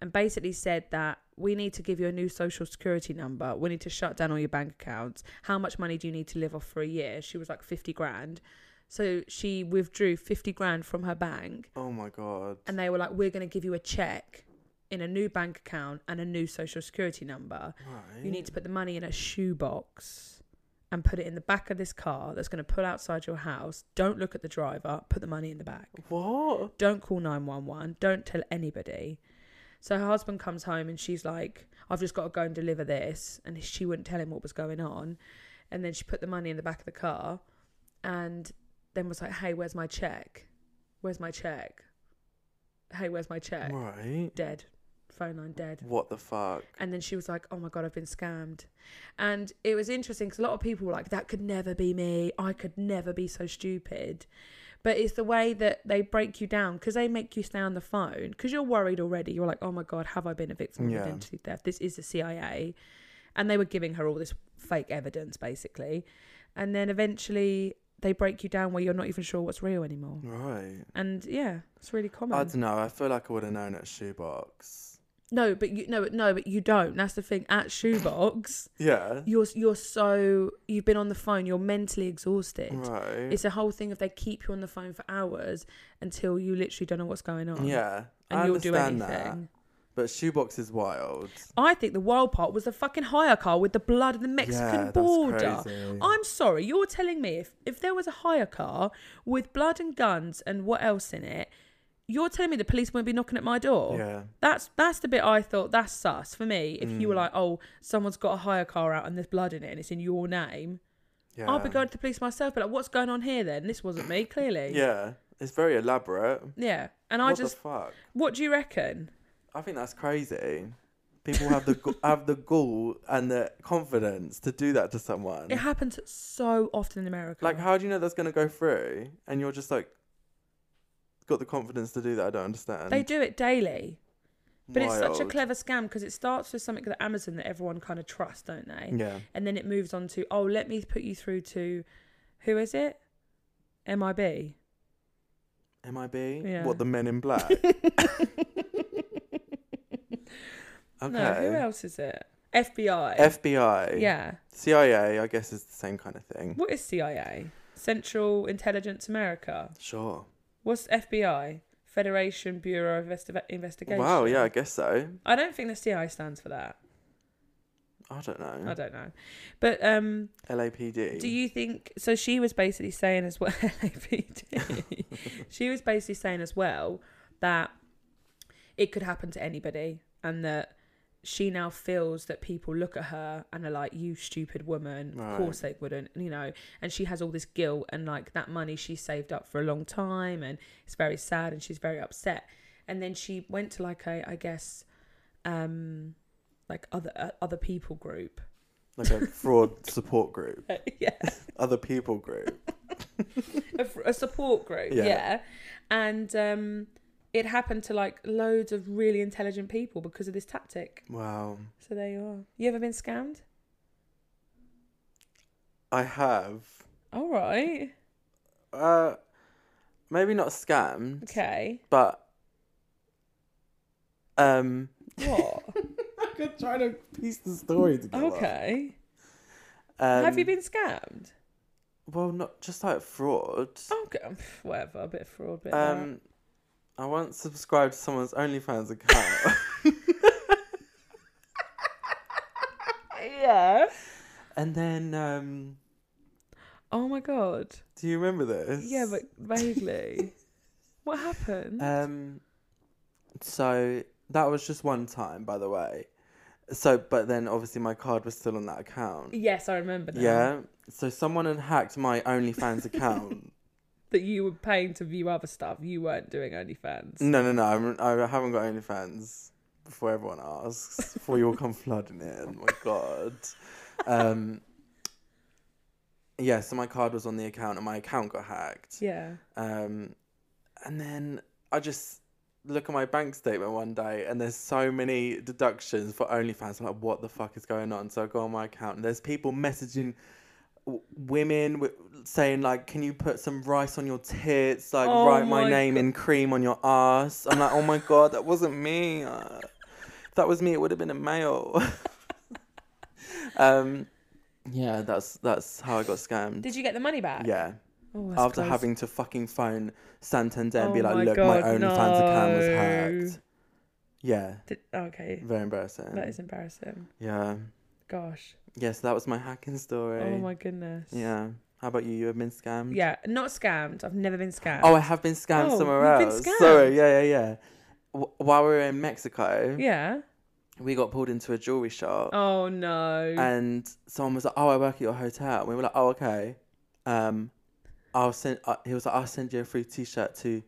Speaker 1: and basically said that we need to give you a new social security number we need to shut down all your bank accounts how much money do you need to live off for a year she was like 50 grand so she withdrew 50 grand from her bank
Speaker 2: Oh my god.
Speaker 1: and they were like we're going to give you a check in a new bank account and a new social security number
Speaker 2: Right.
Speaker 1: you need to put the money in a shoebox and put it in the back of this car that's going to pull outside your house. Don't look at the driver. Put the money in the bag.
Speaker 2: What?
Speaker 1: Don't call 911. Don't tell anybody. So her husband comes home and she's like, I've just got to go and deliver this. And she wouldn't tell him what was going on. And then she put the money in the back of the car and then was like, Hey, where's my check? Where's my check? Hey, where's my check?
Speaker 2: Right.
Speaker 1: Dead. Phone line dead.
Speaker 2: What the fuck?
Speaker 1: And then she was like, "Oh my god, I've been scammed," and it was interesting because a lot of people were like, "That could never be me. I could never be so stupid." But it's the way that they break you down because they make you stay on the phone because you're worried already. You're like, "Oh my god, have I been a victim
Speaker 2: Yeah.
Speaker 1: of identity theft? This is the CIA," and they were giving her all this fake evidence basically, and then eventually they break you down where you're not even sure what's real anymore.
Speaker 2: Right.
Speaker 1: And yeah, it's really common.
Speaker 2: I don't know. I feel like I would have known at shoebox.
Speaker 1: no, but you no, no, but you don't. That's the thing at Shoebox.
Speaker 2: Yeah.
Speaker 1: you're you're so you've been on the phone you're mentally exhausted
Speaker 2: Right.
Speaker 1: it's a whole thing if they keep you on the phone for hours until you literally don't know what's going on
Speaker 2: yeah.
Speaker 1: and
Speaker 2: I
Speaker 1: you'll do
Speaker 2: understand
Speaker 1: anything
Speaker 2: that. But shoebox is wild.
Speaker 1: i think the wild part was the fucking hire car with the blood of the mexican
Speaker 2: Yeah, that's
Speaker 1: border
Speaker 2: crazy.
Speaker 1: i'm sorry you're telling me if if there was a hire car with blood and guns and what else in it you're telling me the police won't be knocking at my door
Speaker 2: Yeah.
Speaker 1: that's that's the bit I thought that's sus for me. If you were
Speaker 2: Mm.
Speaker 1: like, oh, someone's got a hire car out and there's blood in it and it's in your name,
Speaker 2: Yeah.
Speaker 1: I'll be going to the police myself. But like, what's going on here then? This wasn't me, clearly.
Speaker 2: Yeah. It's very elaborate.
Speaker 1: Yeah. And I
Speaker 2: what
Speaker 1: just,
Speaker 2: the fuck?
Speaker 1: what do you reckon?
Speaker 2: I think that's crazy. People have the gu- have the gall and the confidence to do that to someone.
Speaker 1: It happens so often in America.
Speaker 2: Mm. Like, how do you know that's gonna go through? And you're just like, got the confidence to do that. I don't understand.
Speaker 1: they do it daily. But it's such a
Speaker 2: Wild.
Speaker 1: clever scam because it starts with something that Amazon that everyone kind of trusts, don't they?
Speaker 2: Yeah.
Speaker 1: And then it moves on to, oh, let me put you through to, who is it? MIB.
Speaker 2: MIB.
Speaker 1: Yeah.
Speaker 2: What the Men in Black? okay.
Speaker 1: No, who else is it? FBI.
Speaker 2: FBI.
Speaker 1: yeah.
Speaker 2: CIA. I guess is the same kind of thing.
Speaker 1: What is CIA? Central Intelligence America.
Speaker 2: Sure.
Speaker 1: What's FBI? Federation Bureau of Investi- Investigation.
Speaker 2: Wow, yeah, I guess so.
Speaker 1: I don't think the CI stands for that.
Speaker 2: I don't
Speaker 1: I
Speaker 2: know.
Speaker 1: don't know. But um,
Speaker 2: LAPD.
Speaker 1: do you think so? She was basically saying as well, LAPD. she was basically saying as well that it could happen to anybody, and that she now feels that people look at her and are like, "You stupid woman." Of
Speaker 2: Right.
Speaker 1: course they wouldn't, you know. And she has all this guilt and like that money she saved up for a long time, and it's very sad, and she's very upset. And then she went to like a, I guess, um, like other uh, other people group.
Speaker 2: like a fraud support group,
Speaker 1: yeah.
Speaker 2: other people group.
Speaker 1: a, fr- a support group yeah,
Speaker 2: Yeah.
Speaker 1: and um it happened to like loads of really intelligent people because of this tactic
Speaker 2: Wow.
Speaker 1: so there you are you ever been scammed
Speaker 2: I have.
Speaker 1: all right
Speaker 2: Uh, maybe not scammed,
Speaker 1: okay
Speaker 2: but um,
Speaker 1: what
Speaker 2: I'm trying to piece the story together.
Speaker 1: okay
Speaker 2: Um,
Speaker 1: have you been scammed
Speaker 2: Well, not just like fraud.
Speaker 1: okay Um, pff, whatever a bit of fraud bit of that.
Speaker 2: Um, I once subscribed to someone's OnlyFans account,
Speaker 1: yeah
Speaker 2: and then um,
Speaker 1: oh my god
Speaker 2: do you remember this?
Speaker 1: yeah but vaguely what happened
Speaker 2: Um, so that was just one time, by the way. So, but then obviously my card was still on that account.
Speaker 1: yes i remember now
Speaker 2: Yeah. So someone had hacked my OnlyFans account.
Speaker 1: that you were paying to view other stuff you weren't doing onlyfans
Speaker 2: no, no, no. I'm, I haven't got OnlyFans. Before everyone asks, before you all come flooding in. My God. Um. Yeah. So my card was on the account, and my account got hacked.
Speaker 1: yeah
Speaker 2: Um, and then I just look at my bank statement one day, and there's so many deductions for OnlyFans. I'm like, what the fuck is going on? So I go on my account, and there's people messaging w- women w- saying like, "Can you put some rice on your tits? Like,
Speaker 1: Oh
Speaker 2: write my,
Speaker 1: my
Speaker 2: name
Speaker 1: God.
Speaker 2: in cream on your ass." I'm like, "Oh my god, that wasn't me. Uh, if that was me, it would have been a male." um, yeah, that's that's how I got scammed.
Speaker 1: did you get the money back
Speaker 2: yeah
Speaker 1: Oh, that's
Speaker 2: after
Speaker 1: gross.
Speaker 2: having to fucking phone Santander and
Speaker 1: Oh
Speaker 2: be like,
Speaker 1: my
Speaker 2: look,
Speaker 1: God,
Speaker 2: my OnlyFans account was
Speaker 1: no.
Speaker 2: hacked. Yeah,
Speaker 1: Did, okay,
Speaker 2: very embarrassing.
Speaker 1: that is embarrassing.
Speaker 2: Yeah.
Speaker 1: Gosh,
Speaker 2: Yeah, so that was my hacking story.
Speaker 1: oh my goodness.
Speaker 2: Yeah. How about you? You have been scammed?
Speaker 1: yeah, not scammed. I've never been scammed.
Speaker 2: Oh, I have been scammed
Speaker 1: Oh,
Speaker 2: somewhere
Speaker 1: you've been
Speaker 2: else.
Speaker 1: scammed.
Speaker 2: Sorry. Yeah, yeah, yeah. W- while we were in Mexico,
Speaker 1: yeah.
Speaker 2: we got pulled into a jewelry shop.
Speaker 1: Oh no.
Speaker 2: and someone was like, "Oh, I work at your hotel." And we were like, "Oh, okay." Um, I'll send. Uh, he was like, "I'll send you a free T-shirt to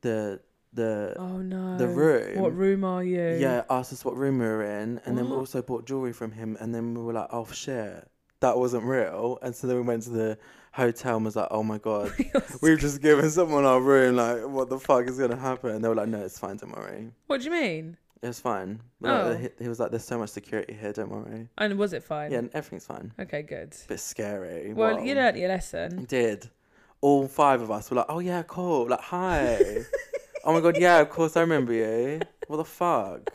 Speaker 2: the the
Speaker 1: oh no.
Speaker 2: the room."
Speaker 1: What room are you?
Speaker 2: Yeah, asked us what room we were in, and then we
Speaker 1: What?
Speaker 2: also bought jewelry from him. And then we were like, "Oh shit, that wasn't real." And so then we went to the hotel and was like, "Oh my god, we've just given someone our room. Like, what the fuck is gonna happen?" And they were like, "No, it's fine. Don't worry,
Speaker 1: What do you mean?
Speaker 2: it's fine." But
Speaker 1: Oh.
Speaker 2: like, he, he was like, "There's so much security here. Don't worry.
Speaker 1: And was it fine?
Speaker 2: Yeah, and everything's fine."
Speaker 1: Okay, good.
Speaker 2: bit scary.
Speaker 1: Well, you
Speaker 2: Whoa.
Speaker 1: learnt your
Speaker 2: Mm.
Speaker 1: lesson.
Speaker 2: did. All five of us were like, "Oh yeah, cool." Like, hi. oh my god, yeah, of course I remember you. What the fuck?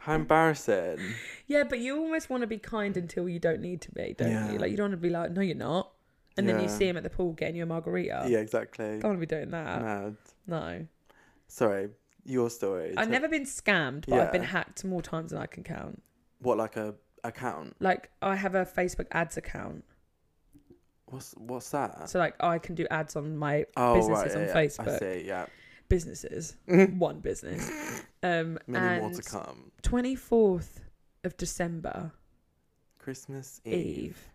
Speaker 2: How embarrassing.
Speaker 1: Yeah, but you almost want to be kind until you don't need to be, don't you?
Speaker 2: Yeah.
Speaker 1: Like you don't want to be like, no, you're not. And then you
Speaker 2: Yeah.
Speaker 1: see him at the pool getting you a margarita.
Speaker 2: Yeah, exactly.
Speaker 1: Don't want to be doing that.
Speaker 2: Mad.
Speaker 1: No.
Speaker 2: Sorry, your story.
Speaker 1: I've
Speaker 2: to-
Speaker 1: never been scammed, but I've been
Speaker 2: Yeah.
Speaker 1: hacked more times than I can count.
Speaker 2: What like a account?
Speaker 1: Like I have a Facebook ads account,
Speaker 2: What's what's that?
Speaker 1: so like I can do ads on my
Speaker 2: oh
Speaker 1: businesses
Speaker 2: right,
Speaker 1: on
Speaker 2: yeah, yeah, I
Speaker 1: Facebook.
Speaker 2: see. Yeah.
Speaker 1: businesses, one business. Um,
Speaker 2: Many more to
Speaker 1: and
Speaker 2: come.
Speaker 1: twenty fourth of December
Speaker 2: Christmas Eve.
Speaker 1: Eve,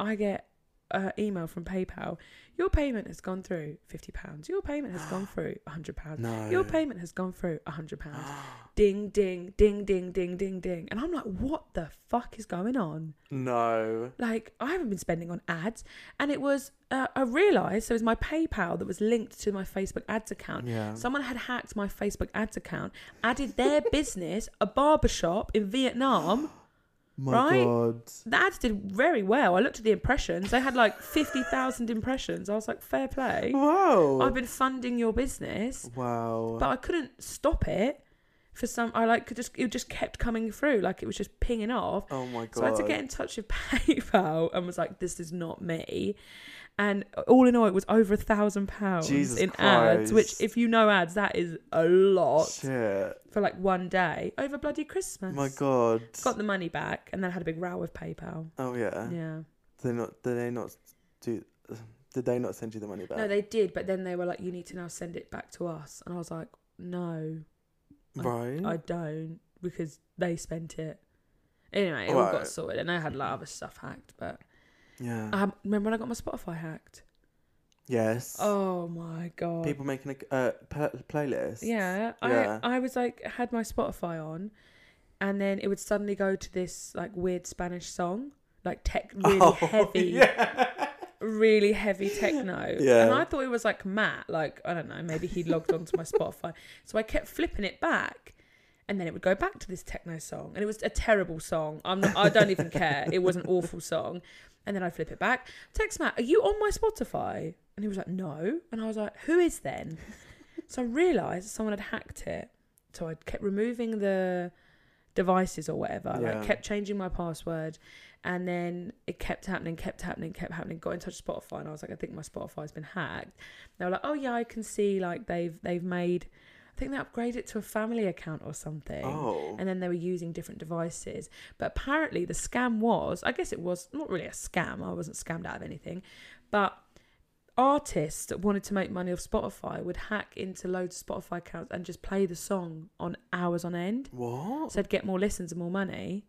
Speaker 1: I get an email from PayPal. Your payment has gone through fifty pounds. Your payment has gone through hundred pounds.
Speaker 2: No.
Speaker 1: Your payment has gone through hundred pounds. ding, ding, ding, ding, ding, ding, ding. And I'm like, what the fuck is going on?
Speaker 2: No.
Speaker 1: like I haven't been spending on ads, and it was uh, I realised so it was my PayPal that was linked to my Facebook ads account.
Speaker 2: Yeah.
Speaker 1: Someone had hacked my Facebook ads account, added their business, a barber shop in Vietnam.
Speaker 2: My
Speaker 1: Right?
Speaker 2: god.
Speaker 1: The ads did very well. I looked at the impressions; they had like fifty thousand impressions. I was like, fair play.
Speaker 2: Wow.
Speaker 1: I've been funding your business,
Speaker 2: Wow.
Speaker 1: but I couldn't stop it. for some I like could just it just kept coming through like it was just pinging off.
Speaker 2: Oh my god.
Speaker 1: So I had to get in touch with PayPal and was like, "This is not me." And all in all, it was over a thousand pounds
Speaker 2: Jesus
Speaker 1: in ads, which,
Speaker 2: Christ.
Speaker 1: if you know ads, that is a lot
Speaker 2: Shit.
Speaker 1: for like one day over bloody Christmas.
Speaker 2: My god.
Speaker 1: Got the money back and then had a big row with PayPal.
Speaker 2: Oh yeah.
Speaker 1: Yeah.
Speaker 2: They not. Did they not do? Did they not send you the money back?
Speaker 1: No, they did, but then they were like, "You need to now send it back to us," and I was like, "No,
Speaker 2: right.
Speaker 1: I don't," because they spent it. Anyway, it all
Speaker 2: Right.
Speaker 1: got sorted, and I had a lot of other stuff hacked. But
Speaker 2: yeah.
Speaker 1: um, remember when I got my Spotify hacked?
Speaker 2: yes.
Speaker 1: Oh my god!
Speaker 2: People making a uh, per- playlist.
Speaker 1: yeah,
Speaker 2: Yeah.
Speaker 1: I I was like had my Spotify on, and then it would suddenly go to this like weird Spanish song, like tech really
Speaker 2: Oh,
Speaker 1: heavy,
Speaker 2: Yeah.
Speaker 1: really heavy techno.
Speaker 2: Yeah.
Speaker 1: And I thought it was like Matt, like, I don't know, maybe he logged onto my Spotify. So I kept flipping it back and then it would go back to this techno song. And it was a terrible song. I'm not, I don't even care. It was an awful song. And then I flip it back. Text Matt, are you on my Spotify? And he was like, no. And I was like, who is then? So I realised someone had hacked it. So I kept removing the devices or whatever.
Speaker 2: Yeah.
Speaker 1: Like kept changing my password, and then it kept happening, kept happening, kept happening. Got in touch with Spotify, and I was like, I think my Spotify's been hacked. They were like, Oh yeah, I can see. Like they've they've made. I think they upgraded it to a family account or something.
Speaker 2: Oh.
Speaker 1: And then they were using different devices. But apparently, the scam was I guess it was not really a scam. I wasn't scammed out of anything. But artists that wanted to make money off Spotify would hack into loads of Spotify accounts and just play the song on hours on end.
Speaker 2: What?
Speaker 1: So they'd get more listens and more money.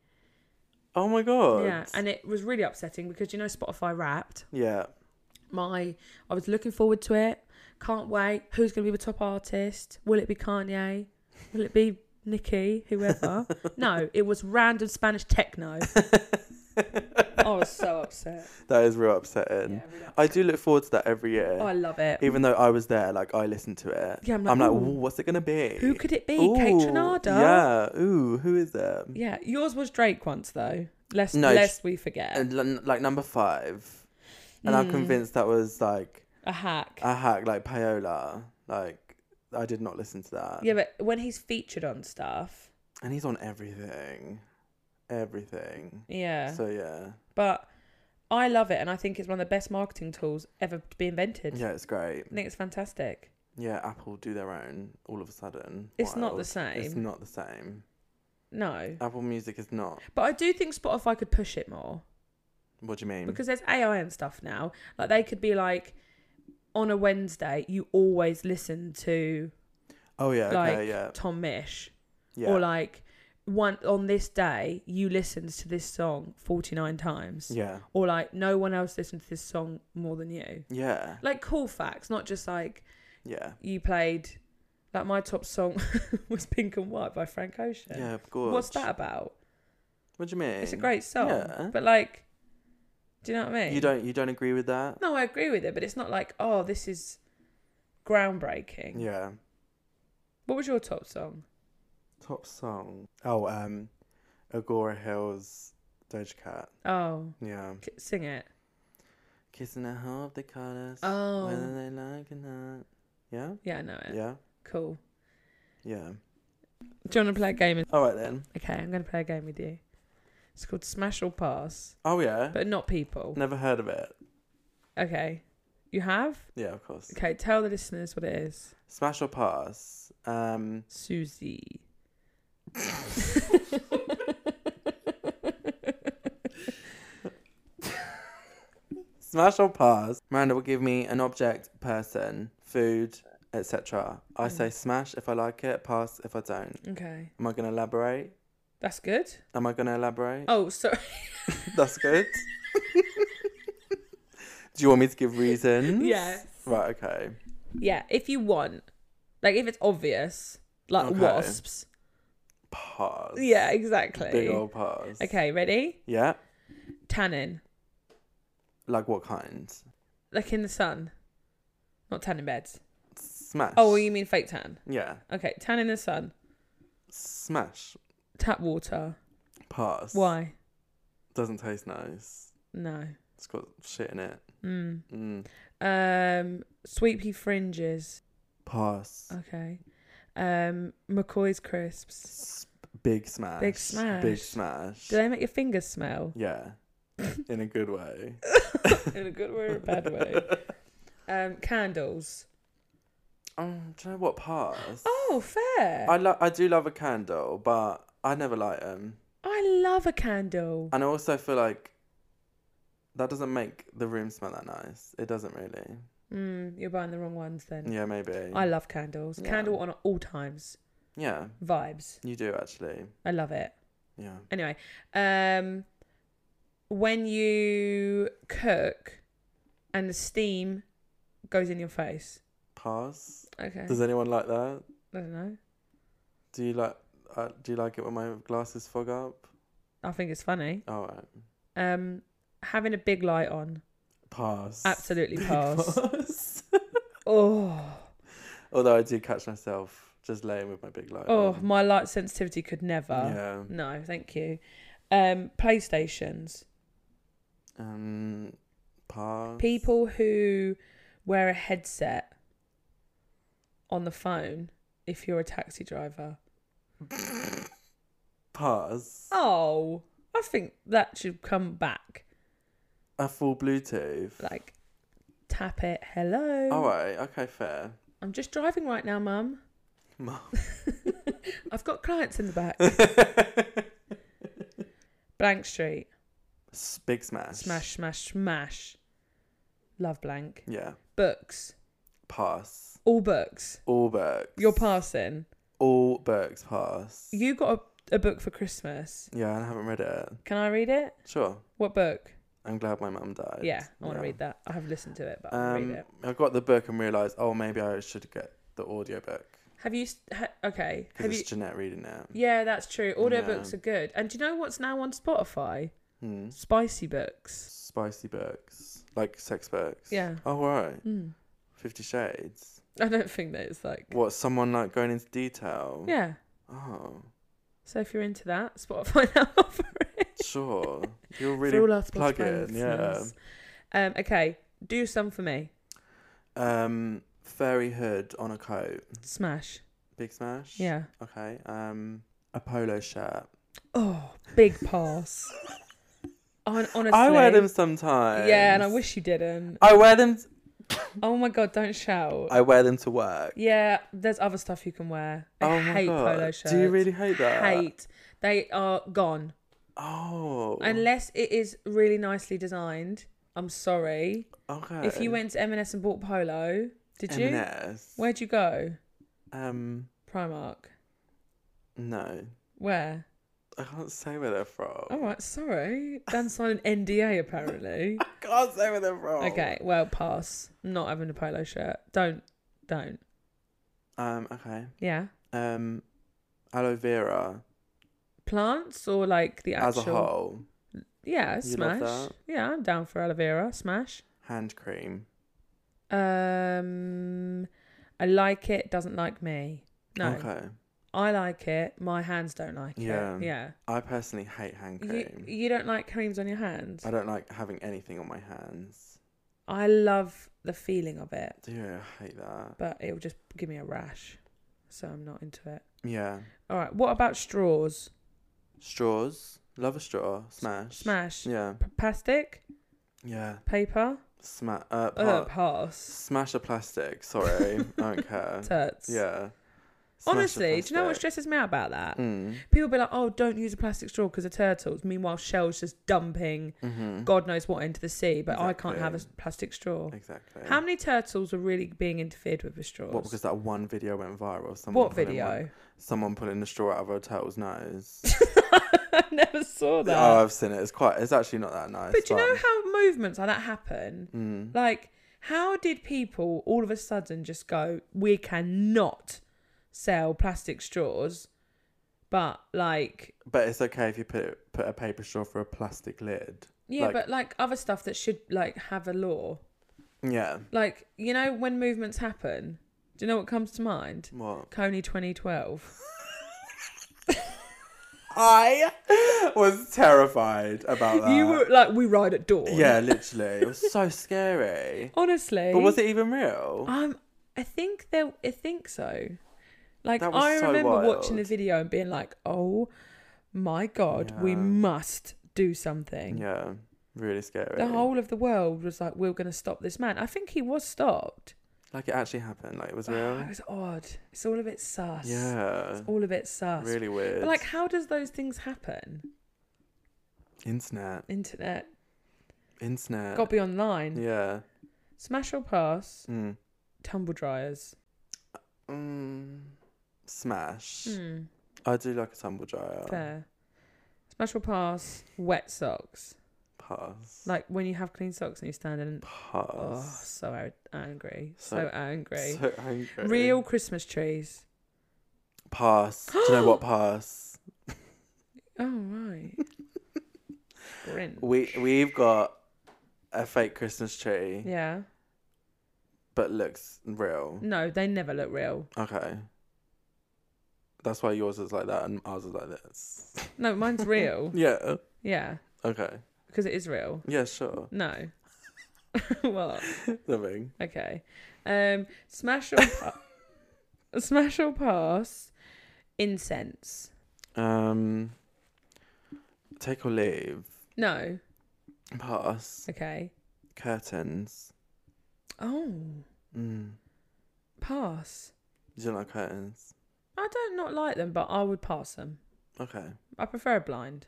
Speaker 2: Oh my god.
Speaker 1: Yeah. And it was really upsetting because, you know, Spotify wrapped.
Speaker 2: yeah.
Speaker 1: My, I was looking forward to it. Can't wait. Who's going to be the top artist? Will it be Kanye? Will it be Nicki? Whoever? no, it was random Spanish techno. I was so upset.
Speaker 2: That is real upsetting.
Speaker 1: Yeah, really
Speaker 2: I do look forward to that every year.
Speaker 1: Oh, I love it.
Speaker 2: Even though I was there, like I listened to it.
Speaker 1: Yeah, I'm like,
Speaker 2: I'm like,
Speaker 1: ooh.
Speaker 2: "Ooh, what's it gonna be?
Speaker 1: Who could it be? Kate
Speaker 2: Ooh,
Speaker 1: Trinada.
Speaker 2: Yeah. Ooh, who is it?
Speaker 1: Yeah, yours was Drake once though. Lest
Speaker 2: No,
Speaker 1: lest we forget Mm,
Speaker 2: And l- like number five, and Uh, I'm convinced that was like
Speaker 1: a hack.
Speaker 2: a hack, like payola. Like I did not listen to that.
Speaker 1: yeah, but when he's featured on stuff,
Speaker 2: And he's on everything, everything.
Speaker 1: yeah.
Speaker 2: So yeah,
Speaker 1: but I love it, and I think it's one of the best marketing tools ever to be invented.
Speaker 2: yeah, it's great.
Speaker 1: I think it's fantastic.
Speaker 2: Yeah, Apple do their own all of a sudden.
Speaker 1: It's not the
Speaker 2: Wild. It's
Speaker 1: same.
Speaker 2: not the same.
Speaker 1: No,
Speaker 2: Apple Music is not.
Speaker 1: but I do think Spotify could push it more
Speaker 2: What do you mean?
Speaker 1: because there's AI and stuff now. Like they could be like, on a Wednesday, you always listen to
Speaker 2: oh yeah,
Speaker 1: like
Speaker 2: okay, yeah,
Speaker 1: Tom Mish.
Speaker 2: yeah.
Speaker 1: or like one on this day you listened to this song 49 times
Speaker 2: yeah,
Speaker 1: or like no one else listened to this song more than you
Speaker 2: yeah,
Speaker 1: like cool facts not just like
Speaker 2: yeah,
Speaker 1: you played like my top song was pink and white by frank ocean
Speaker 2: yeah. Of course.
Speaker 1: what's that about
Speaker 2: What do you mean?
Speaker 1: it's a great song
Speaker 2: Yeah.
Speaker 1: but like do you know what i mean
Speaker 2: You don't. You don't agree with that?
Speaker 1: no i agree with it but it's not like oh this is groundbreaking
Speaker 2: Yeah.
Speaker 1: what was your top song
Speaker 2: Top song. Oh, um, Agora Hills, Doja Cat.
Speaker 1: oh
Speaker 2: Yeah.
Speaker 1: k- sing it
Speaker 2: Kissing a hope they caught us.
Speaker 1: Oh.
Speaker 2: Whether they like it or not. Yeah.
Speaker 1: yeah i know it
Speaker 2: Yeah.
Speaker 1: cool
Speaker 2: Yeah.
Speaker 1: do you want to play a game
Speaker 2: All right then.
Speaker 1: Okay, I'm going to play a game with you. It's called Smash or Pass,
Speaker 2: Oh yeah.
Speaker 1: but not people.
Speaker 2: Never heard of it.
Speaker 1: Okay. You have?
Speaker 2: Yeah, of course.
Speaker 1: Okay, tell the listeners what it is.
Speaker 2: Smash or pass. Um,
Speaker 1: Susie.
Speaker 2: smash or pass. Miranda will give me an object, person, food, etc. I
Speaker 1: Mm.
Speaker 2: say smash if I like it, pass if I don't.
Speaker 1: Okay.
Speaker 2: Am I gonna elaborate?
Speaker 1: That's good.
Speaker 2: Am I gonna elaborate?
Speaker 1: Oh, sorry.
Speaker 2: That's good. Do you want me to give reasons?
Speaker 1: Yes.
Speaker 2: Right, okay.
Speaker 1: Yeah, if you want. Like, if it's obvious, like
Speaker 2: Okay.
Speaker 1: wasps.
Speaker 2: Pass.
Speaker 1: Yeah, exactly.
Speaker 2: Big old pass.
Speaker 1: Okay, ready?
Speaker 2: Yeah?
Speaker 1: Tannin.
Speaker 2: Like what kind?
Speaker 1: Like in the sun. Not tan in beds.
Speaker 2: Smash.
Speaker 1: Oh, you mean fake tan?
Speaker 2: Yeah.
Speaker 1: Okay, tan in the sun.
Speaker 2: Smash.
Speaker 1: Tap water.
Speaker 2: Pass.
Speaker 1: Why?
Speaker 2: Doesn't taste nice.
Speaker 1: No.
Speaker 2: It's got shit in it.
Speaker 1: Mm.
Speaker 2: Mm.
Speaker 1: Um, sweepy fringes.
Speaker 2: Pass.
Speaker 1: Okay. Um, McCoy's crisps.
Speaker 2: S- Big smash.
Speaker 1: Big smash.
Speaker 2: Big smash.
Speaker 1: Do they make your fingers smell?
Speaker 2: Yeah. In a good way.
Speaker 1: In a good way or a bad way? Um, candles.
Speaker 2: Um, do you know what pass?
Speaker 1: Oh, fair.
Speaker 2: I lo- I do love a candle, but I never light them.
Speaker 1: I love a candle.
Speaker 2: And I also feel like that doesn't make the room smell that nice. It doesn't really.
Speaker 1: Mm, you're buying the wrong ones then.
Speaker 2: Yeah, maybe.
Speaker 1: I love candles.
Speaker 2: Yeah.
Speaker 1: Candle on at all times.
Speaker 2: yeah,
Speaker 1: Vibes.
Speaker 2: you do actually.
Speaker 1: I love it.
Speaker 2: Yeah.
Speaker 1: Anyway, um, when you cook and the steam goes in your face.
Speaker 2: Pass.
Speaker 1: Okay.
Speaker 2: Does anyone like that?
Speaker 1: I don't know.
Speaker 2: Do you like uh, do you like it when my glasses fog up?
Speaker 1: I think it's funny.
Speaker 2: All right.
Speaker 1: Um, having a big light on.
Speaker 2: Pass.
Speaker 1: Absolutely
Speaker 2: Big
Speaker 1: pass.
Speaker 2: pass.
Speaker 1: Oh,
Speaker 2: Although I do catch myself just laying with my big light.
Speaker 1: oh,
Speaker 2: on.
Speaker 1: my light sensitivity could never.
Speaker 2: Yeah.
Speaker 1: No, thank you. Um, PlayStations.
Speaker 2: Um. Pass.
Speaker 1: People who wear a headset on the phone if you're a taxi driver.
Speaker 2: Pass.
Speaker 1: Oh, I think that should come back.
Speaker 2: A full Bluetooth.
Speaker 1: Like, um, tap it. Hello.
Speaker 2: All right. Okay. Fair.
Speaker 1: I'm just driving right now, mum.
Speaker 2: Mum.
Speaker 1: I've got clients in the back. Blank Street.
Speaker 2: S- Big smash.
Speaker 1: Smash, smash, smash. Love blank.
Speaker 2: Yeah.
Speaker 1: Books.
Speaker 2: Pass.
Speaker 1: All books.
Speaker 2: All books.
Speaker 1: You're passing.
Speaker 2: All books pass.
Speaker 1: You got a, a book for Christmas.
Speaker 2: Yeah, and I haven't read it.
Speaker 1: Can I read it?
Speaker 2: Sure.
Speaker 1: What book?
Speaker 2: I'm glad my mum died.
Speaker 1: Yeah, I want to read that. I have listened to it, but I want to
Speaker 2: Um,
Speaker 1: read it.
Speaker 2: I got the book and realised, oh, maybe I should get the audiobook
Speaker 1: Have you? s- Ha, okay. Have
Speaker 2: because
Speaker 1: you?
Speaker 2: it's Jeanette reading it.
Speaker 1: Yeah, that's true. Audiobooks
Speaker 2: Yeah.
Speaker 1: are good. And do you know what's now on Spotify?
Speaker 2: Hmm.
Speaker 1: Spicy books.
Speaker 2: Spicy books, like sex books.
Speaker 1: Yeah.
Speaker 2: Oh, right.
Speaker 1: Mm.
Speaker 2: Fifty Shades.
Speaker 1: I don't think that it's like.
Speaker 2: What? Someone like going into detail.
Speaker 1: Yeah.
Speaker 2: Oh,
Speaker 1: So if you're into that, Spotify now offer it.
Speaker 2: sure. You're
Speaker 1: For
Speaker 2: really
Speaker 1: all our
Speaker 2: plug
Speaker 1: Spotify
Speaker 2: in, yeah.
Speaker 1: listeners. Um, okay, do some for me.
Speaker 2: um fairy hood on a coat.
Speaker 1: Smash.
Speaker 2: Big smash.
Speaker 1: Yeah.
Speaker 2: Okay. Um, a polo shirt.
Speaker 1: Oh, big pass. Hon- Honestly.
Speaker 2: I wear them sometimes.
Speaker 1: Yeah, and I wish you didn't.
Speaker 2: I wear them.
Speaker 1: Oh my god, don't shout.
Speaker 2: I wear them to work.
Speaker 1: Yeah, there's other stuff you can wear. I
Speaker 2: Oh my
Speaker 1: hate
Speaker 2: God.
Speaker 1: polo
Speaker 2: Do
Speaker 1: shirts.
Speaker 2: you really hate that?
Speaker 1: Hate. They are gone.
Speaker 2: Oh.
Speaker 1: Unless it is really nicely designed. I'm sorry.
Speaker 2: okay.
Speaker 1: If you went to M&S and bought polo, did you?
Speaker 2: M&S.
Speaker 1: Where'd you go?
Speaker 2: Um.
Speaker 1: Primark.
Speaker 2: No,
Speaker 1: Where?
Speaker 2: I can't say where they're from.
Speaker 1: All right, sorry. Dan signed an NDA apparently.
Speaker 2: I can't say where they're from.
Speaker 1: Okay, well, pass. I'm not having a polo shirt. Don't, don't.
Speaker 2: Um. Okay.
Speaker 1: Yeah.
Speaker 2: Um. Aloe vera
Speaker 1: Plants or like the
Speaker 2: as
Speaker 1: actual.
Speaker 2: a whole.
Speaker 1: Yeah,
Speaker 2: You love
Speaker 1: smash.
Speaker 2: that?
Speaker 1: Yeah, I'm down for aloe vera. Smash.
Speaker 2: Hand cream.
Speaker 1: Um, I like it. Doesn't like me. No,
Speaker 2: Okay.
Speaker 1: I like it. My hands don't like
Speaker 2: Yeah.
Speaker 1: it. Yeah.
Speaker 2: I personally hate hand
Speaker 1: You,
Speaker 2: cream.
Speaker 1: you don't like creams on your hands.
Speaker 2: I don't like having anything on my hands.
Speaker 1: I love the feeling of it,
Speaker 2: Yeah, I hate that.
Speaker 1: but it will just give me a rash, so I'm not into it.
Speaker 2: Yeah.
Speaker 1: All right. What about straws?
Speaker 2: Straws. Love a straw. Smash.
Speaker 1: Smash.
Speaker 2: Yeah.
Speaker 1: P- plastic,
Speaker 2: Yeah.
Speaker 1: paper.
Speaker 2: Smash. Uh, pa-
Speaker 1: Uh, pass.
Speaker 2: Smash a plastic. Sorry. I don't care.
Speaker 1: Turts.
Speaker 2: Yeah. Smash a
Speaker 1: Honestly, do you know what
Speaker 2: plastic.
Speaker 1: stresses me out about that?
Speaker 2: Mm.
Speaker 1: People be like, "Oh, don't use a plastic straw because of turtles." Meanwhile, Shell's just dumping
Speaker 2: Mhm.
Speaker 1: God knows what into the sea, but I can't have a
Speaker 2: Exactly.
Speaker 1: plastic straw.
Speaker 2: Exactly.
Speaker 1: How many turtles are really being interfered with with straws?
Speaker 2: What? Because that one video went viral. Someone
Speaker 1: What
Speaker 2: pulling one-
Speaker 1: video?
Speaker 2: someone pulling a straw out of a turtle's nose.
Speaker 1: I never saw that.
Speaker 2: Oh, I've seen it. It's quite. It's actually not that nice.
Speaker 1: but do you know how movements like that happen?
Speaker 2: Mm.
Speaker 1: Like, how did people all of a sudden just go, we cannot sell plastic straws, but like,
Speaker 2: But it's okay if you put put a paper straw for a plastic lid.
Speaker 1: yeah,
Speaker 2: Like-
Speaker 1: but like other stuff that should like have a law.
Speaker 2: Yeah.
Speaker 1: Like, you know, when movements happen, do you know what comes to mind?
Speaker 2: What?
Speaker 1: Coney 2012.
Speaker 2: I was terrified about that.
Speaker 1: you were like, we ride at dawn.
Speaker 2: Uh, Yeah, literally. It was so scary.
Speaker 1: Honestly.
Speaker 2: But was it even real?
Speaker 1: Um, I think there. I think so. Like
Speaker 2: That was
Speaker 1: I
Speaker 2: so
Speaker 1: remember watching the
Speaker 2: wild.
Speaker 1: video and being like, "Oh my god, we
Speaker 2: Yeah.
Speaker 1: must do something."
Speaker 2: Yeah, really scary.
Speaker 1: The whole of the world was like, "We're going to stop this man." I think he was stopped.
Speaker 2: like it actually happened. Like it was
Speaker 1: it
Speaker 2: real.
Speaker 1: was odd. It's all a bit sus.
Speaker 2: yeah,
Speaker 1: It's all a bit sus.
Speaker 2: really weird.
Speaker 1: But like, how does those things happen?
Speaker 2: internet,
Speaker 1: Internet.
Speaker 2: internet.
Speaker 1: Got to be online.
Speaker 2: Uh, yeah.
Speaker 1: Smash or pass.
Speaker 2: Mm.
Speaker 1: Tumble dryers.
Speaker 2: Mm. Smash.
Speaker 1: Hmm.
Speaker 2: I do like a tumble dryer.
Speaker 1: Fair. Smash or pass. Wet socks.
Speaker 2: Pass.
Speaker 1: Like when you have clean socks and you stand in. Oh,
Speaker 2: Pass.
Speaker 1: so ar- angry. So,
Speaker 2: So-
Speaker 1: angry.
Speaker 2: So angry.
Speaker 1: Real Christmas trees.
Speaker 2: Pass. Do you know what? Pass.
Speaker 1: Oh right. Grinch.
Speaker 2: We we've got a fake Christmas tree,
Speaker 1: Yeah.
Speaker 2: but looks real.
Speaker 1: No, they never look real.
Speaker 2: Okay. That's why yours is like that and ours is like this.
Speaker 1: No, mine's real.
Speaker 2: Yeah.
Speaker 1: yeah,
Speaker 2: Okay.
Speaker 1: because it is real.
Speaker 2: Yeah, sure.
Speaker 1: No. what?
Speaker 2: Living.
Speaker 1: Okay. Um, smash or pa- smash or pass. Incense.
Speaker 2: Um take or leave.
Speaker 1: No.
Speaker 2: Pass.
Speaker 1: Okay.
Speaker 2: Curtains.
Speaker 1: Oh,
Speaker 2: Mm.
Speaker 1: pass.
Speaker 2: Do you like curtains?
Speaker 1: I don't not like them, but I would pass them.
Speaker 2: Okay.
Speaker 1: I prefer a blind,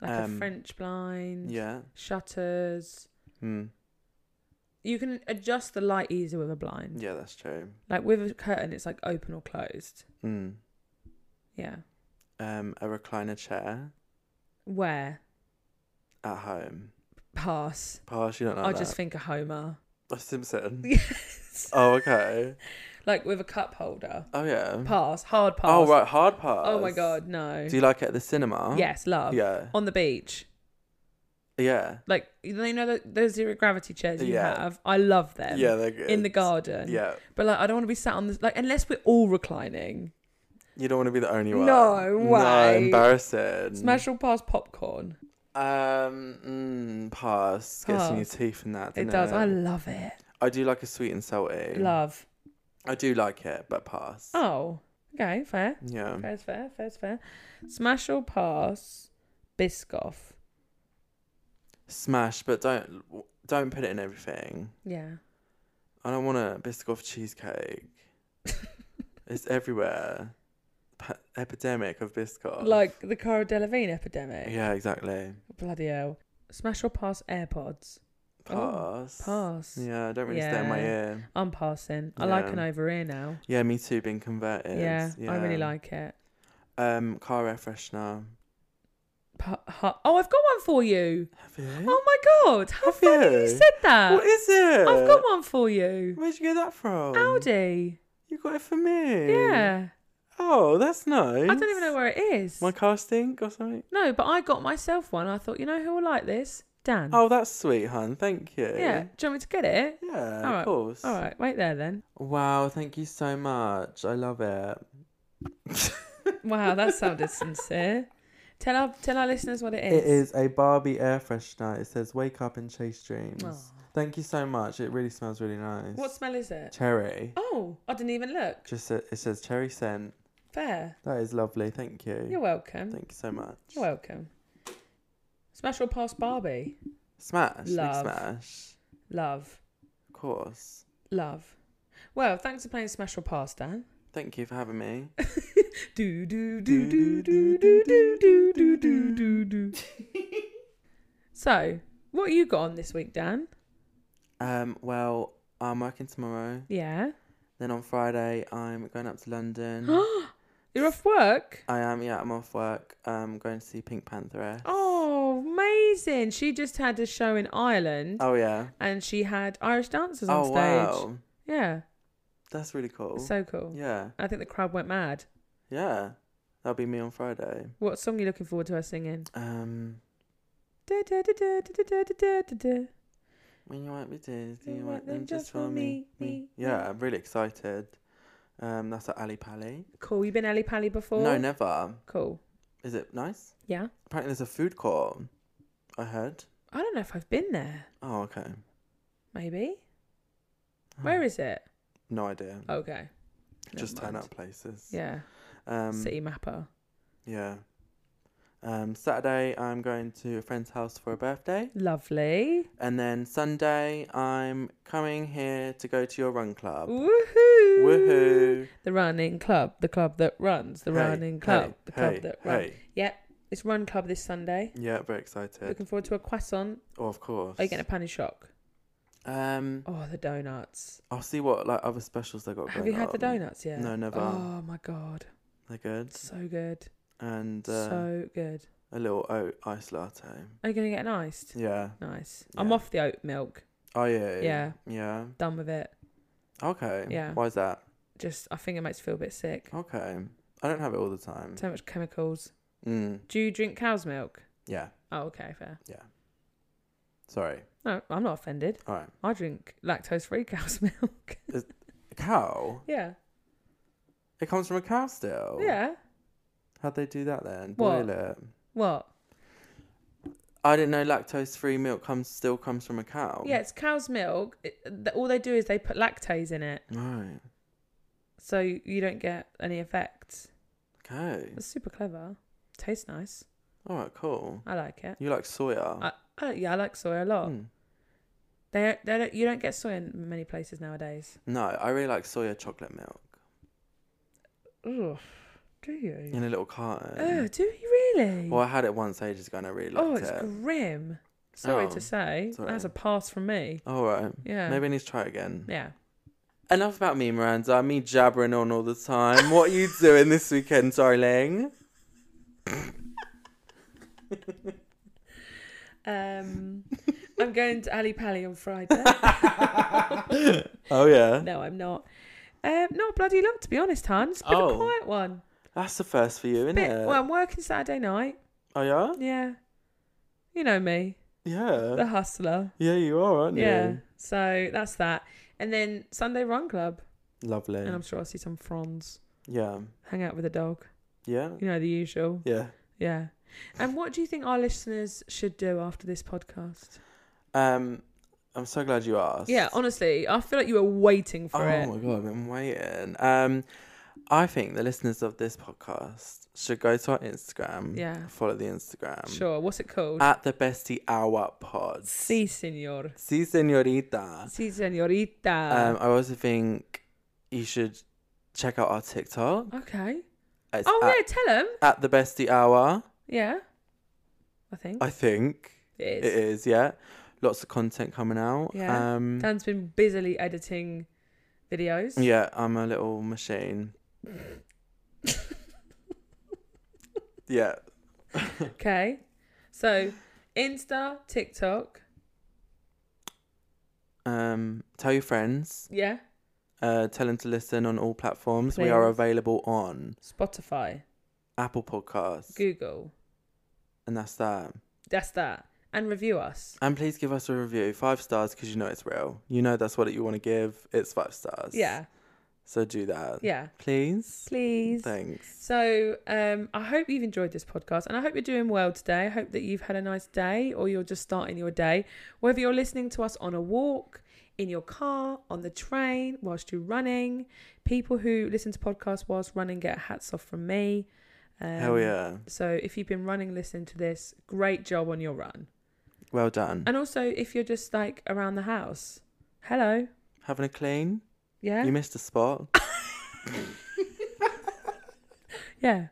Speaker 1: like a
Speaker 2: Um,
Speaker 1: French blind.
Speaker 2: Yeah.
Speaker 1: Shutters.
Speaker 2: Hmm.
Speaker 1: You can adjust the light easier with a blind.
Speaker 2: Yeah, that's true.
Speaker 1: Like with a curtain, it's like open or closed.
Speaker 2: Mm.
Speaker 1: Yeah.
Speaker 2: Um, a recliner chair
Speaker 1: Where?
Speaker 2: at home.
Speaker 1: Pass.
Speaker 2: Pass, you don't like
Speaker 1: I
Speaker 2: that.
Speaker 1: just think a Homer.
Speaker 2: A Simpson.
Speaker 1: Yes.
Speaker 2: Oh, okay.
Speaker 1: Like with a cup holder.
Speaker 2: Oh, yeah.
Speaker 1: Pass. Hard pass.
Speaker 2: Oh, right. Hard pass.
Speaker 1: Oh my god, no.
Speaker 2: Do you like it at the cinema?
Speaker 1: yes, love.
Speaker 2: Yeah.
Speaker 1: On the beach.
Speaker 2: Yeah.
Speaker 1: Like you know the, those zero gravity chairs you
Speaker 2: Yeah.
Speaker 1: have. I love them.
Speaker 2: yeah, they're good.
Speaker 1: Um, In the garden.
Speaker 2: Yeah.
Speaker 1: But like I don't want to be sat on this like unless we're all reclining.
Speaker 2: You don't want to be the only one.
Speaker 1: No way.
Speaker 2: No, embarrassing.
Speaker 1: Smash or pass popcorn.
Speaker 2: Um, mm, pass. Gets in your
Speaker 1: Pass.
Speaker 2: teeth and that.
Speaker 1: It
Speaker 2: doesn't
Speaker 1: does. I love it.
Speaker 2: I do like a sweet and salty.
Speaker 1: Love.
Speaker 2: I do like it, but pass.
Speaker 1: Oh. Okay, fair.
Speaker 2: Yeah.
Speaker 1: Fair's fair, fair's fair. Smash or pass Biscoff.
Speaker 2: Smash, but don't don't put it in everything.
Speaker 1: Yeah.
Speaker 2: I don't want a Biscoff cheesecake. it's everywhere. Pa- epidemic of Biscoff.
Speaker 1: Like the Cara Delevingne epidemic.
Speaker 2: Yeah, exactly.
Speaker 1: Bloody hell. Smash or pass AirPods. Oh,
Speaker 2: Pass.
Speaker 1: Pass.
Speaker 2: Yeah, I don't really stay in my
Speaker 1: Yeah.
Speaker 2: ear.
Speaker 1: I'm passing. I like
Speaker 2: Yeah.
Speaker 1: an over ear now.
Speaker 2: Yeah, me too. Being converted.
Speaker 1: Yeah, I really like it.
Speaker 2: Um, car air freshener.
Speaker 1: Pa- ha- oh, I've got one for you.
Speaker 2: Have you?
Speaker 1: Oh my god, how
Speaker 2: Have
Speaker 1: funny you
Speaker 2: you?
Speaker 1: said that.
Speaker 2: What is it?
Speaker 1: Oh, I've got one for you.
Speaker 2: Where'd you get that from?
Speaker 1: Audi.
Speaker 2: You got it for me.
Speaker 1: Yeah.
Speaker 2: Oh, that's nice.
Speaker 1: I don't even know where it is.
Speaker 2: My car stink or something.
Speaker 1: no, but I got myself one. I thought, you know who will like this? Dan.
Speaker 2: Oh, that's sweet, hun. Thank you.
Speaker 1: Mm. yeah. Do you want me to get it?
Speaker 2: Yeah,
Speaker 1: All
Speaker 2: of
Speaker 1: right.
Speaker 2: course.
Speaker 1: All right, wait there then.
Speaker 2: Wow, thank you so much. I love it.
Speaker 1: Wow, that sounded sincere. Tell our tell our listeners what it is.
Speaker 2: It is a Barbie air freshener. It says "Wake up and chase dreams."
Speaker 1: Aw.
Speaker 2: Thank you so much. It really smells really nice.
Speaker 1: What smell is it?
Speaker 2: cherry?
Speaker 1: Oh, I didn't even look.
Speaker 2: Just a, it says cherry scent.
Speaker 1: Fair.
Speaker 2: That is lovely. Thank you.
Speaker 1: You're welcome.
Speaker 2: Thank you so much.
Speaker 1: You're welcome. Smash or pass Barbie.
Speaker 2: Smash. Big
Speaker 1: Love.
Speaker 2: smash.
Speaker 1: Love.
Speaker 2: Of course.
Speaker 1: Love. Well, thanks for playing Smash or Pass, Dan.
Speaker 2: Thank you for having me.
Speaker 1: Do do do do do do do do do do do do. So, what you got on this week, Dan?
Speaker 2: Um, well, I'm working tomorrow.
Speaker 1: Yeah.
Speaker 2: Then on Friday, I'm going up to London.
Speaker 1: You're off work?
Speaker 2: I am, yeah, I'm off work. I'm going to see Pink Pantheress.
Speaker 1: Oh, amazing. She just had a show in Ireland
Speaker 2: Oh, yeah.
Speaker 1: and she had Irish dancers on
Speaker 2: Oh,
Speaker 1: stage.
Speaker 2: wow.
Speaker 1: Yeah.
Speaker 2: That's really cool.
Speaker 1: So cool.
Speaker 2: yeah.
Speaker 1: I think the crowd went mad.
Speaker 2: Yeah. That'll be me on Friday.
Speaker 1: What song are you looking forward to her singing?
Speaker 2: Um,
Speaker 1: Da, da, da, da, da, da, da, da, da, da.
Speaker 2: when you want me to, do you want them just for me? me? Yeah, I'm really excited. Um, that's at Ali Pali.
Speaker 1: Cool. You been Ali Pali before?
Speaker 2: No, never.
Speaker 1: Cool.
Speaker 2: Is it nice?
Speaker 1: Yeah.
Speaker 2: Apparently, there's a food court. I heard.
Speaker 1: I don't know if I've been there.
Speaker 2: Oh, okay.
Speaker 1: Maybe. Where is it?
Speaker 2: No idea.
Speaker 1: Okay.
Speaker 2: just turn
Speaker 1: mind.
Speaker 2: up places.
Speaker 1: Yeah.
Speaker 2: Um,
Speaker 1: City mapper.
Speaker 2: Yeah. Um, Saturday, I'm going to a friend's house for a birthday.
Speaker 1: Lovely.
Speaker 2: And then Sunday, I'm coming here to go to your run club.
Speaker 1: Woohoo.
Speaker 2: Woohoo!
Speaker 1: The running club. The club that runs. The
Speaker 2: Hey,
Speaker 1: running club.
Speaker 2: hey,
Speaker 1: the club
Speaker 2: hey,
Speaker 1: that runs.
Speaker 2: hey.
Speaker 1: Yep. It's run club this Sunday.
Speaker 2: Yeah, very excited.
Speaker 1: Looking forward to a croissant.
Speaker 2: Oh, of course.
Speaker 1: Are you getting a panny shock?
Speaker 2: Um,
Speaker 1: Oh, the donuts.
Speaker 2: I'll see what like other specials they got.
Speaker 1: Have you
Speaker 2: going
Speaker 1: had the
Speaker 2: on.
Speaker 1: donuts yet?
Speaker 2: No, never.
Speaker 1: Oh my god,
Speaker 2: They're good.
Speaker 1: so good,
Speaker 2: And uh,
Speaker 1: so good.
Speaker 2: a little oat ice latte.
Speaker 1: Are you gonna get an iced?
Speaker 2: Yeah.
Speaker 1: Nice. I'm
Speaker 2: Yeah.
Speaker 1: off the oat milk.
Speaker 2: Oh yeah.
Speaker 1: Yeah.
Speaker 2: Yeah.
Speaker 1: Done with it.
Speaker 2: Okay.
Speaker 1: Yeah.
Speaker 2: Why's that?
Speaker 1: Just, I think it makes you feel a bit sick.
Speaker 2: Okay. I don't have it all the time.
Speaker 1: So much chemicals.
Speaker 2: Mm.
Speaker 1: Do you drink cow's milk?
Speaker 2: Yeah.
Speaker 1: Oh, okay, fair.
Speaker 2: Sorry.
Speaker 1: No, I'm not offended.
Speaker 2: All right.
Speaker 1: I drink lactose-free cow's milk.
Speaker 2: A cow.
Speaker 1: yeah,
Speaker 2: It comes from a cow still.
Speaker 1: yeah.
Speaker 2: How'd they do that then?
Speaker 1: What?
Speaker 2: Boil it.
Speaker 1: What?
Speaker 2: I didn't know lactose-free milk comes still comes from a cow.
Speaker 1: Yeah, it's cow's milk. It, th- all they do is they put lactase in it,
Speaker 2: Right.
Speaker 1: so you don't get any effects.
Speaker 2: Okay.
Speaker 1: That's super clever. Tastes nice.
Speaker 2: All right. Cool.
Speaker 1: I like it.
Speaker 2: You like soya?
Speaker 1: I, oh. I, yeah, I like soy a lot.
Speaker 2: Mm.
Speaker 1: They, they don't, you don't get soy in many places nowadays.
Speaker 2: No, I really like soya chocolate milk
Speaker 1: Ugh, do you?
Speaker 2: in a little
Speaker 1: Oh,
Speaker 2: carton.
Speaker 1: do you really?
Speaker 2: Well, I had it once ages ago and I really liked
Speaker 1: oh, it's
Speaker 2: it.
Speaker 1: grim. Sorry
Speaker 2: Oh,
Speaker 1: to say,
Speaker 2: sorry.
Speaker 1: that's a pass from me.
Speaker 2: All right.
Speaker 1: Yeah.
Speaker 2: Maybe I need to try it again.
Speaker 1: Yeah.
Speaker 2: Enough about me, Miranda. Me jabbering on all the time. What are you doing this weekend, darling?
Speaker 1: Um, I'm going to Ali Pali on Friday.
Speaker 2: Oh yeah.
Speaker 1: no, I'm not. Um, not a bloody lot, to be honest, Han. It's a bit of a
Speaker 2: Oh.
Speaker 1: quiet one.
Speaker 2: That's the first for you, isn't
Speaker 1: Bit,
Speaker 2: it?
Speaker 1: well, I'm working Saturday night.
Speaker 2: oh yeah?
Speaker 1: Yeah. You know me,
Speaker 2: Yeah.
Speaker 1: the hustler.
Speaker 2: Yeah, you are, aren't
Speaker 1: uh, Yeah.
Speaker 2: you?
Speaker 1: So that's that. And then Sunday Run Club.
Speaker 2: Lovely.
Speaker 1: And I'm sure I'll see some fronds.
Speaker 2: Yeah.
Speaker 1: Hang out with a dog.
Speaker 2: Yeah.
Speaker 1: You know, the usual.
Speaker 2: Yeah.
Speaker 1: Yeah. And what do you think our listeners should do after this podcast?
Speaker 2: Um I'm so glad you asked.
Speaker 1: Yeah, honestly, I feel like you were waiting for
Speaker 2: oh
Speaker 1: it.
Speaker 2: my god, I've been waiting. Um, I think the listeners of this podcast should go to our Instagram.
Speaker 1: Yeah.
Speaker 2: Follow the Instagram.
Speaker 1: Sure. What's it called?
Speaker 2: At the bestie hour pod.
Speaker 1: si, senor.
Speaker 2: Si, senorita.
Speaker 1: Si, uh, senorita.
Speaker 2: Um, I also think you should check out our TikTok.
Speaker 1: okay.
Speaker 2: uh, It's
Speaker 1: Oh,
Speaker 2: at,
Speaker 1: yeah, tell them.
Speaker 2: at the bestie hour.
Speaker 1: Yeah. I think.
Speaker 2: I think
Speaker 1: Mm-hmm. it
Speaker 2: it
Speaker 1: is.
Speaker 2: is. Yeah. Lots of content coming out.
Speaker 1: Yeah.
Speaker 2: Um,
Speaker 1: Dan's been busily editing videos.
Speaker 2: yeah. I'm a little machine. yeah.
Speaker 1: Okay. So, Insta, TikTok.
Speaker 2: Um, tell your friends.
Speaker 1: Yeah.
Speaker 2: Uh, tell them to listen on all platforms. We are
Speaker 1: Please.
Speaker 2: available on
Speaker 1: Spotify,
Speaker 2: Apple Podcasts,
Speaker 1: Google.
Speaker 2: and that's that.
Speaker 1: That's that. And review us.
Speaker 2: And please give us a review, five stars, because you know it's real. You know that's what you want to give. It's five stars.
Speaker 1: Yeah.
Speaker 2: So do that.
Speaker 1: Yeah.
Speaker 2: Please.
Speaker 1: Please.
Speaker 2: Thanks.
Speaker 1: So, um, I hope you've enjoyed this podcast and I hope you're doing well today. I hope that you've had a nice day or you're just starting your day. Whether you're listening to us on a walk, in your car, on the train, whilst you're running, people who listen to podcasts whilst running get hats off from me. Um,
Speaker 2: Hell yeah.
Speaker 1: So, if you've been running, listening to this, great job on your run.
Speaker 2: Well done.
Speaker 1: And also, if you're just like around the house, hello.
Speaker 2: Having a clean.
Speaker 1: Yeah.
Speaker 2: You missed a spot.
Speaker 1: yeah.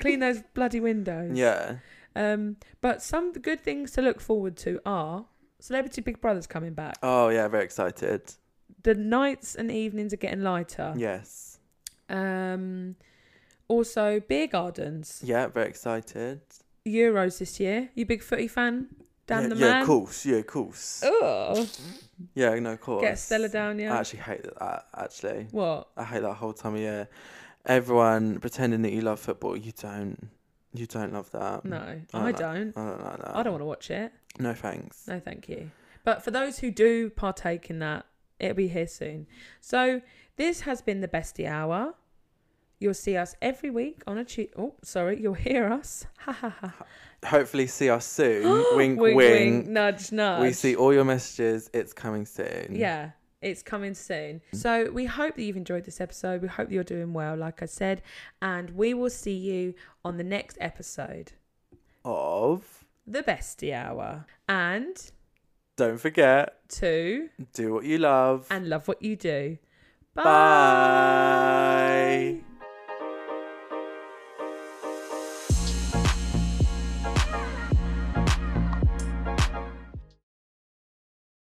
Speaker 1: Clean those bloody windows.
Speaker 2: yeah.
Speaker 1: Um, but some good things to look forward to are Celebrity Big Brother's coming back.
Speaker 2: Oh yeah. Very excited.
Speaker 1: The nights and evenings are getting lighter.
Speaker 2: Yes.
Speaker 1: Um, also, beer gardens.
Speaker 2: Yeah. Very excited.
Speaker 1: Euros this year. You big footy fan? Dan
Speaker 2: yeah,
Speaker 1: the
Speaker 2: yeah,
Speaker 1: man.
Speaker 2: of course. Yeah, of course.
Speaker 1: Oh,
Speaker 2: Yeah, no, of course.
Speaker 1: get Stella down, yeah.
Speaker 2: I actually hate that. Actually,
Speaker 1: What?
Speaker 2: I hate that whole time of year. Everyone pretending that you love football, you don't. You don't love that.
Speaker 1: No,
Speaker 2: I don't
Speaker 1: I
Speaker 2: know.
Speaker 1: don't.
Speaker 2: I don't like that.
Speaker 1: I don't want to watch it.
Speaker 2: to. No thanks.
Speaker 1: No, thank you. But for those who do partake in that, it'll be here soon. So this has been the Bestie Hour. You'll see us every week on a Tuesday. Oh, sorry, you'll hear us. Ha ha ha.
Speaker 2: Hopefully, see us soon. wink, wink.
Speaker 1: Nudge, nudge.
Speaker 2: We see all your messages. It's coming soon.
Speaker 1: Yeah. It's coming soon. So we hope that you've enjoyed this episode. We hope that you're doing well, like I said. And we will see you on the next episode,
Speaker 2: Of.
Speaker 1: The Bestie Hour. And
Speaker 2: Don't forget,
Speaker 1: two,
Speaker 2: do what you love.
Speaker 1: and love what you do. Bye.
Speaker 2: Bye.